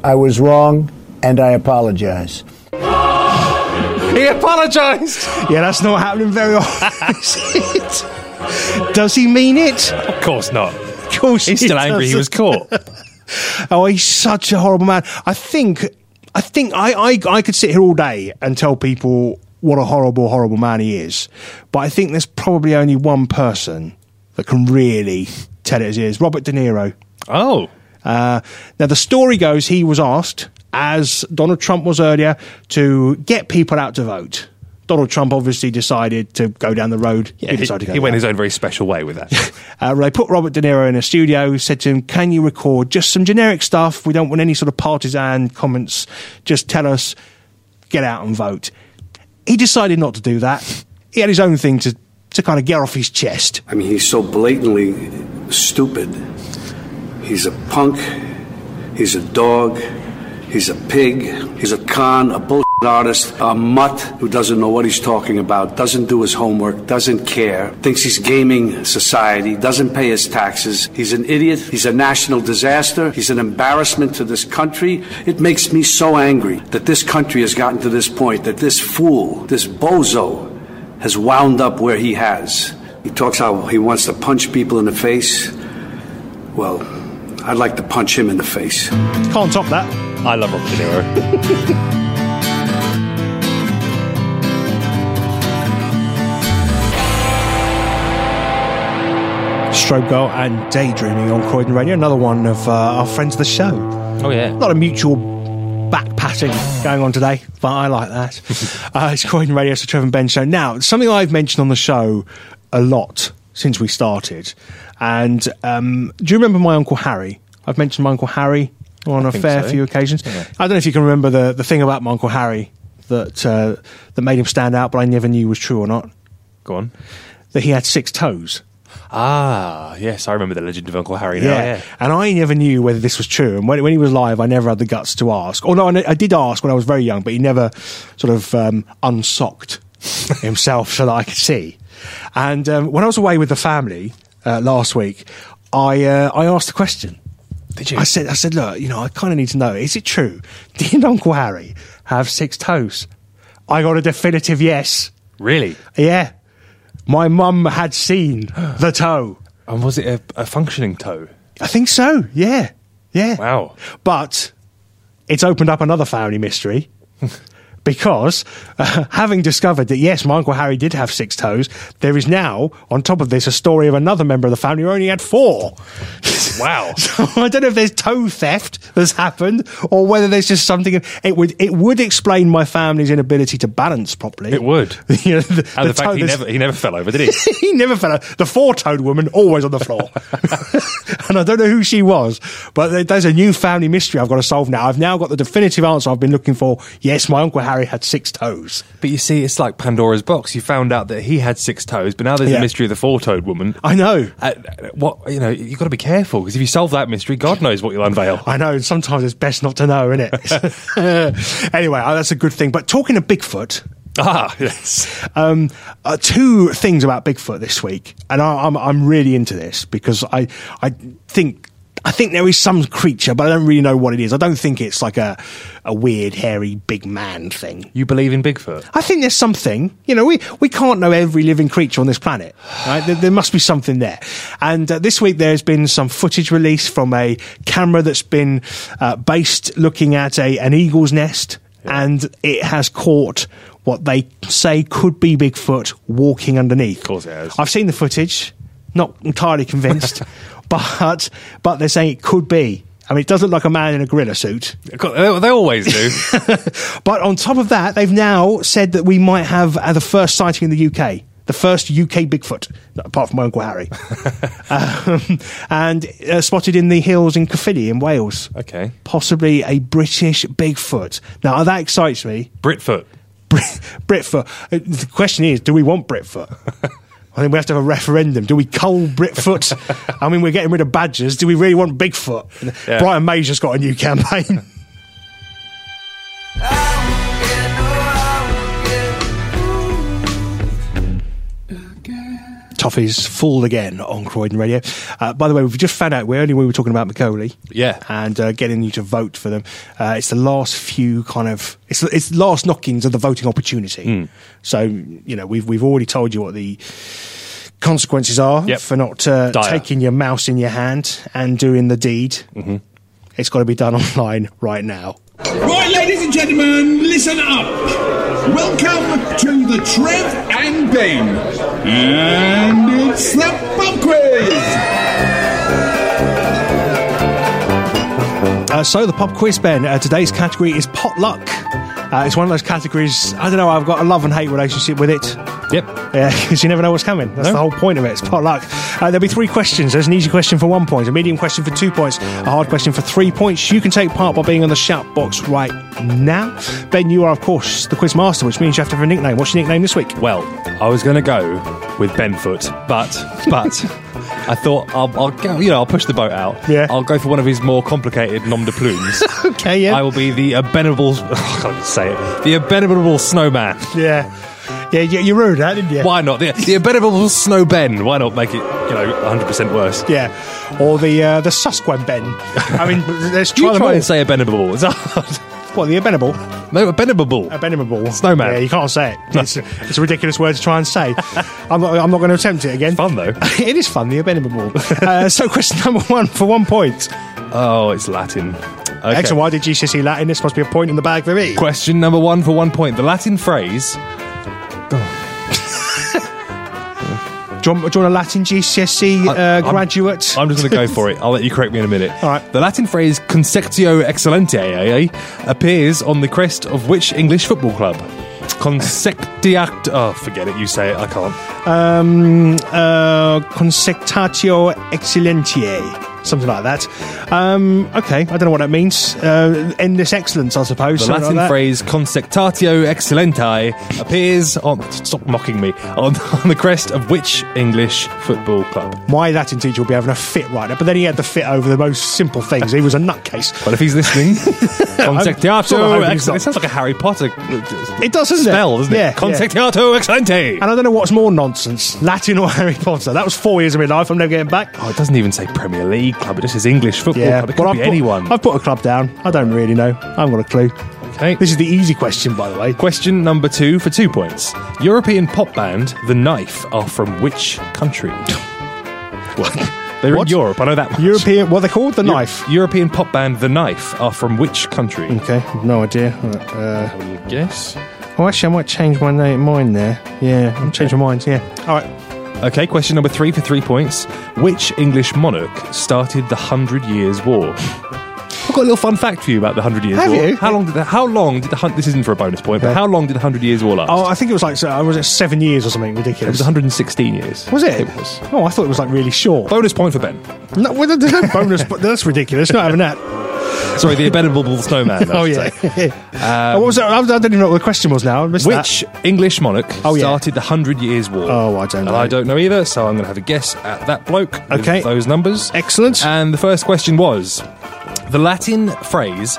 N: I was wrong, and I apologize.
D: He apologised. Yeah, that's not happening very often. is it? Does he mean it?
E: Of course not.
D: Of course,
E: He's
D: he
E: still angry he
D: doesn't.
E: was caught.
D: oh, he's such a horrible man. I think, I think, I, I, I could sit here all day and tell people what a horrible, horrible man he is. But I think there's probably only one person that can really tell it as it is: Robert De Niro.
E: Oh.
D: Uh, now the story goes he was asked, as Donald Trump was earlier, to get people out to vote. Donald Trump obviously decided to go down the road.
E: Yeah, he,
D: decided to go
E: he
D: down.
E: went his own very special way with that.
D: Uh, they put Robert De Niro in a studio, said to him, Can you record just some generic stuff? We don't want any sort of partisan comments. Just tell us, get out and vote. He decided not to do that. He had his own thing to, to kind of get off his chest.
O: I mean, he's so blatantly stupid. He's a punk. He's a dog. He's a pig. He's a con, a bullshit artist, a mutt who doesn't know what he's talking about, doesn't do his homework, doesn't care, thinks he's gaming society, doesn't pay his taxes. He's an idiot. He's a national disaster. He's an embarrassment to this country. It makes me so angry that this country has gotten to this point, that this fool, this bozo, has wound up where he has. He talks how he wants to punch people in the face. Well, I'd like to punch him in the face.
D: Can't top that.
E: I love Robert De Niro.
D: Strobe Girl and Daydreaming on Croydon Radio, another one of uh, our friends of the show.
E: Oh, yeah.
D: A lot of mutual back patting going on today, but I like that. uh, it's Croydon Radio, it's the Trevor and Ben Show. Now, something I've mentioned on the show a lot since we started, and um, do you remember my Uncle Harry? I've mentioned my Uncle Harry on
P: I
D: a
P: think
D: fair
P: so.
D: few occasions.
P: Yeah.
D: I don't know if you can remember the, the thing about my Uncle Harry that, uh, that made him stand out, but I never knew was true or not.
E: Go on.
D: That he had six toes.
E: Ah, yes, I remember the legend of Uncle Harry now.
D: Yeah. And I never knew whether this was true. And when, when he was live, I never had the guts to ask. Although I, kn- I did ask when I was very young, but he never sort of um, unsocked himself so that I could see. And um, when I was away with the family uh, last week, I, uh, I asked the question. Did you? I said, I said, look, you know, I kind of need to know. Is it true? Did Uncle Harry have six toes? I got a definitive yes.
E: Really?
D: Yeah. My mum had seen the toe.
E: And was it a, a functioning toe?
D: I think so, yeah. Yeah.
E: Wow.
D: But it's opened up another family mystery because uh, having discovered that, yes, my Uncle Harry did have six toes, there is now, on top of this, a story of another member of the family who only had four.
E: Wow.
D: So I don't know if there's toe theft that's happened or whether there's just something. It would it would explain my family's inability to balance properly.
E: It would.
D: You know, the,
E: and
D: the
E: the, fact
D: toe
E: he
D: that's-
E: never, he never fell over, did he?
D: he never fell out. The four-toed woman always on the floor, and I don't know who she was, but there- there's a new family mystery I've got to solve now. I've now got the definitive answer I've been looking for. Yes, my uncle Harry had six toes.
E: But you see, it's like Pandora's box. You found out that he had six toes, but now there's
D: Yeah.
E: the mystery of the four-toed woman.
D: I know.
E: Uh, what you know, you've got to be careful because if you solve that mystery, God knows what you'll unveil.
D: I know. and Sometimes it's best not to know, isn't it? anyway, oh, that's a good thing. But talking of Bigfoot.
E: Ah, yes.
D: Um, uh, two things about Bigfoot this week, and I, I'm I'm really into this because I I think I think there is some creature, but I don't really know what it is. I don't think it's like a a weird hairy big man thing.
E: You believe in Bigfoot?
D: I think there's something. You know, we, we can't know every living creature on this planet. Right? There, there must be something there. And uh, this week there's been some footage released from a camera that's been uh, based looking at a an eagle's nest, and it has caught what they say could be Bigfoot walking underneath. Of course it has. I've seen the footage, not entirely convinced, but but they're saying it could be. I mean, it does look like a man in a gorilla suit.
E: They, they always do.
D: But on top of that, they've now said that we might have uh, the first sighting in the UK. the first UK Bigfoot, apart from my Uncle Harry, um, and uh, spotted in the hills in Caerphilly in Wales.
E: Okay.
D: Possibly a British Bigfoot. Now, that excites me.
E: Britfoot.
D: Britfoot. Uh, The question is, do we want Britfoot? I think we have to have a referendum. Do we cull Britfoot? I mean, we're getting rid of badgers. Do we really want Bigfoot?
E: Yeah.
D: Brian May's just got a new campaign. Toffee's Fooled Again on Croydon Radio. Uh, by the way, we've just found out, we only we were talking about Macaulay.
E: Yeah.
D: And uh, getting you to vote for them. Uh, it's the last few kind of, it's, it's last knockings of the voting opportunity.
E: Hmm.
D: So, you know, we've, we've already told you what the consequences are
E: Yep.
D: for not uh,
E: Dire.
D: taking your mouse in your hand and doing the deed.
E: Mm-hmm.
D: It's got to be done online right now.
P: Right, ladies and gentlemen, listen up. Welcome to the Trev and Bane. And it's the pub quiz.
D: Uh, so the pop quiz, Ben. Uh, today's category is potluck. Uh, it's one of those categories. I don't know. I've got a love and hate relationship with it.
E: Yep.
D: Yeah, because Uh, you never know what's coming. That's the whole point of it. It's potluck. Uh, there'll be three questions. There's an easy question for one point, a medium question for two points, a hard question for three points. You can take part by being on the shout box right now. Ben, you are of course the quiz master, which means you have to have a nickname. What's your nickname this week?
E: Well, I was going to go with Benfoot, but but I thought I'll, I'll go, you know I'll push the boat out. Yeah. I'll go for one of his more complicated nom de plumes.
D: okay. Yeah.
E: I will be the abominable. I can't even say it. The abominable snowman.
D: Yeah. Yeah. You, you ruined that, didn't you?
E: Why not the the abominable snow Ben? Why not make it you know 100 percent worse?
D: Yeah. Or the uh, the Susquan Ben. I mean, let's try
E: You
D: them
E: try
D: all.
E: and say abominable. It's hard.
D: What the abominable?
E: No, abominable.
D: Abominable.
E: Snowman.
D: Yeah, you can't say it. It's, a, it's a ridiculous word to try and say. I'm not. I'm not going to attempt it again.
E: fun though.
D: it is fun. The abominable. uh, so, question number one for one point.
E: Oh, it's Latin. Okay.
D: X and Y did GCSE E Latin. This must be a point in the bag for me.
E: Question number one for one point. The Latin phrase.
D: Do you, want, do you want a Latin GCSE uh, graduate?
E: I'm just going to go for it. I'll let you correct me in a minute.
D: All right.
E: The Latin phrase "consectio excellentiae" eh, appears on the crest of which English football club? Consectiact. Oh, forget it. You say it. I can't.
D: um, uh, Consectatio Excellentiae, something like that. Um, okay, I don't know what that means. Uh, endless excellence, I suppose.
E: The
D: something
E: Latin
D: like that.
E: phrase "consectatio excellentiae" appears on. Stop mocking me. On, on the crest of which English football club?
D: My Latin teacher will be having a fit right now, but then he had the fit over the most simple things. He was a nutcase.
E: Well, if he's listening,
D: I'm sort of
E: consectiato
D: hoping he's
E: excellentiae.
D: not.
E: It sounds like a Harry Potter. uh,
D: It does, doesn't
E: spell,
D: it?
E: doesn't
D: Yeah,
E: it? Consectiato excellentiae. And
D: I don't know what's more nonsense, Latin or Harry Potter. That was four years of my life. I'm never getting back.
E: Oh, it doesn't even say Premier League club. It just says English football club. It could
D: well,
E: be
D: I've put,
E: anyone.
D: I've put a club down. I don't really know. I haven't got a clue.
E: Okay.
D: This is the easy question, by the way.
E: Question number two for two points. European pop band The Knife are from which country? what? They're
D: What?
E: in Europe. I know that.
D: European, what are they called? The Knife. Mm.
E: European pop band The Knife are from which country?
D: Okay, no idea. Uh,
E: guess.
D: Oh, actually, I might change my name, mine there. Yeah, I'll change my mind. Yeah. All right.
E: Okay, question number three for three points. Which English monarch started the Hundred Years' War? I've got a little fun fact for you about the Hundred Years'
D: Have
E: War.
D: you?
E: How long did the How long did the hun- This isn't for a bonus point, but
D: Yeah.
E: how long did the Hundred Years' War last?
D: Oh, I think it was like, so- was it seven years or something ridiculous?
E: It was 116 years.
D: Was it?
E: It was.
D: Oh, I thought it was like really short.
E: Bonus point for Ben.
D: No, well, there's no bonus, but that's ridiculous. Not having that.
E: Sorry, the abominable snowman. I
D: oh
E: should
D: yeah.
E: say.
D: Oh, what was that? I don't even know what the question was now. I missed that.
E: Which English monarch
D: Oh, yeah.
E: started the Hundred Years' War?
D: Oh, I don't
E: And
D: know.
E: I don't know either, so I'm going to have a guess at that bloke. with
D: Okay.
E: Those numbers.
D: Excellent.
E: And the first question was the Latin phrase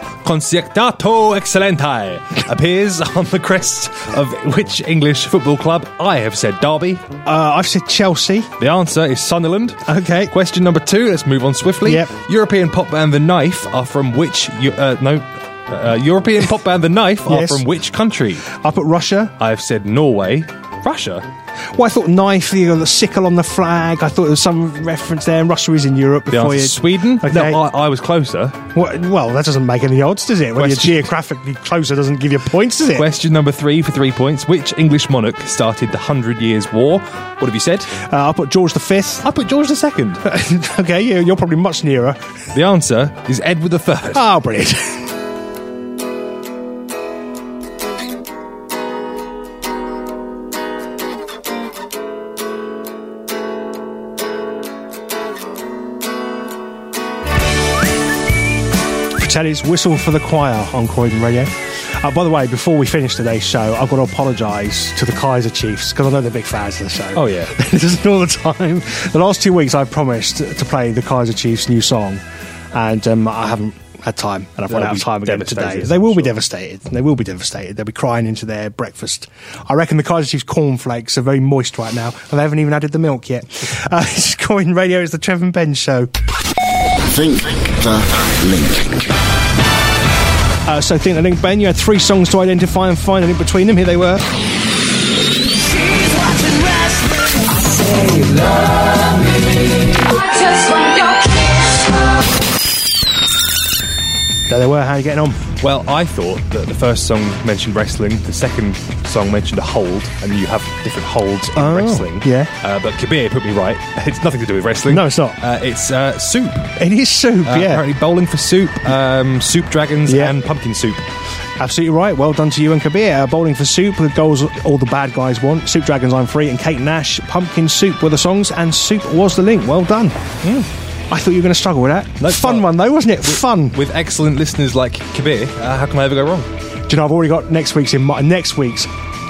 E: "consectato excellentiae" appears on the crest of which English football club? I have said Derby.
D: Uh, I've said Chelsea.
E: The answer is Sunderland.
D: Okay.
E: Question number two. Let's move on swiftly.
D: Yep.
E: European pop band The Knife are from which? Eu- Uh, no. Uh, European pop band The Knife are
D: Yes.
E: from which country?
D: I put Russia.
E: I've said Norway. Russia.
D: Well, I thought knife, the, the sickle on the flag. I thought there was some reference there. And Russia is in Europe.
E: The
D: Before
E: answer
D: you,
E: is Sweden.
D: Okay.
E: No, I, I was closer.
D: Well, well, that doesn't make any odds, does it? When
E: Question-
D: you're geographically closer, doesn't give you points, does it?
E: Question number three for three points. Which English monarch started the Hundred Years' War? What have you said?
D: Uh, I put George V.
E: I put George II.
D: okay, you- you're probably much nearer.
E: The answer is Edward III.
D: Ah, brilliant. Telly's Whistle for the Choir on Croydon Radio. Uh, by the way, before we finish today's show, I've got to apologise to the Kaiser Chiefs because I know they're big fans of the show.
E: Oh, yeah.
D: this is all the time. The last two weeks, I promised to play the Kaiser Chiefs' new song, and um, I haven't had time, and I've run
E: They'll
D: out of
E: be
D: time again today.
E: devastated,
D: They will be devastated. They will be devastated. They'll be crying into their breakfast. I reckon the Kaiser Chiefs cornflakes are very moist right now, and they haven't even added the milk yet. Uh, this is Coin Radio. It's the Trevor and Ben Show.
F: Think the link.
D: Uh, so think the link, Ben. You had three songs to identify and find a link between them. Here they were. There they were. How are you getting on?
E: Well, I thought that the first song mentioned wrestling, the second song mentioned a hold, and you have different holds in
D: Oh,
E: wrestling.
D: yeah.
E: Uh, but Kabir put me right. It's nothing to do with wrestling. No,
D: it's not.
E: Uh, it's uh, soup.
D: It is soup.
E: Uh,
D: yeah.
E: Apparently, bowling for soup, um, soup dragons, and pumpkin soup.
D: Absolutely right. Well done to you and Kabir. Uh, bowling for soup, the goals all the bad guys want. Soup Dragons, I'm free, and Kate Nash. Pumpkin soup were the songs, and soup was the link. Well done. I thought you were going to struggle with that. Fun one though, wasn't it? Fun
E: with excellent listeners like Kabir. Uh, how can I ever go wrong?
D: Do you know I've already got next week's in mind? Next week's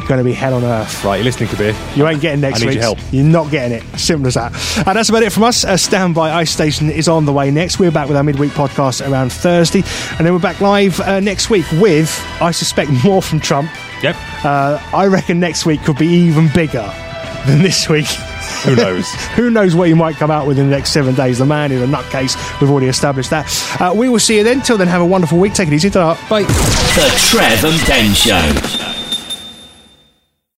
D: going to be hell on earth.
E: Right, you're listening, Kabir.
D: You ain't getting next
E: I need your
D: week's.
E: help.
D: You're not getting it. Simple as that. And that's about it from us. Uh, Stand by Ice Station is on the way next. We're back with our midweek podcast around Thursday, and then we're back live uh, next week with, I suspect, more from Trump.
E: Yep.
D: Uh, I reckon next week could be even bigger than this week.
E: Who knows?
D: Who knows what he might come out with in the next seven days? The man is a nutcase. We've already established that. Uh, we will see you then. Till then, have a wonderful week. Take it easy. ta
E: Bye.
A: The Trev and Ben Show.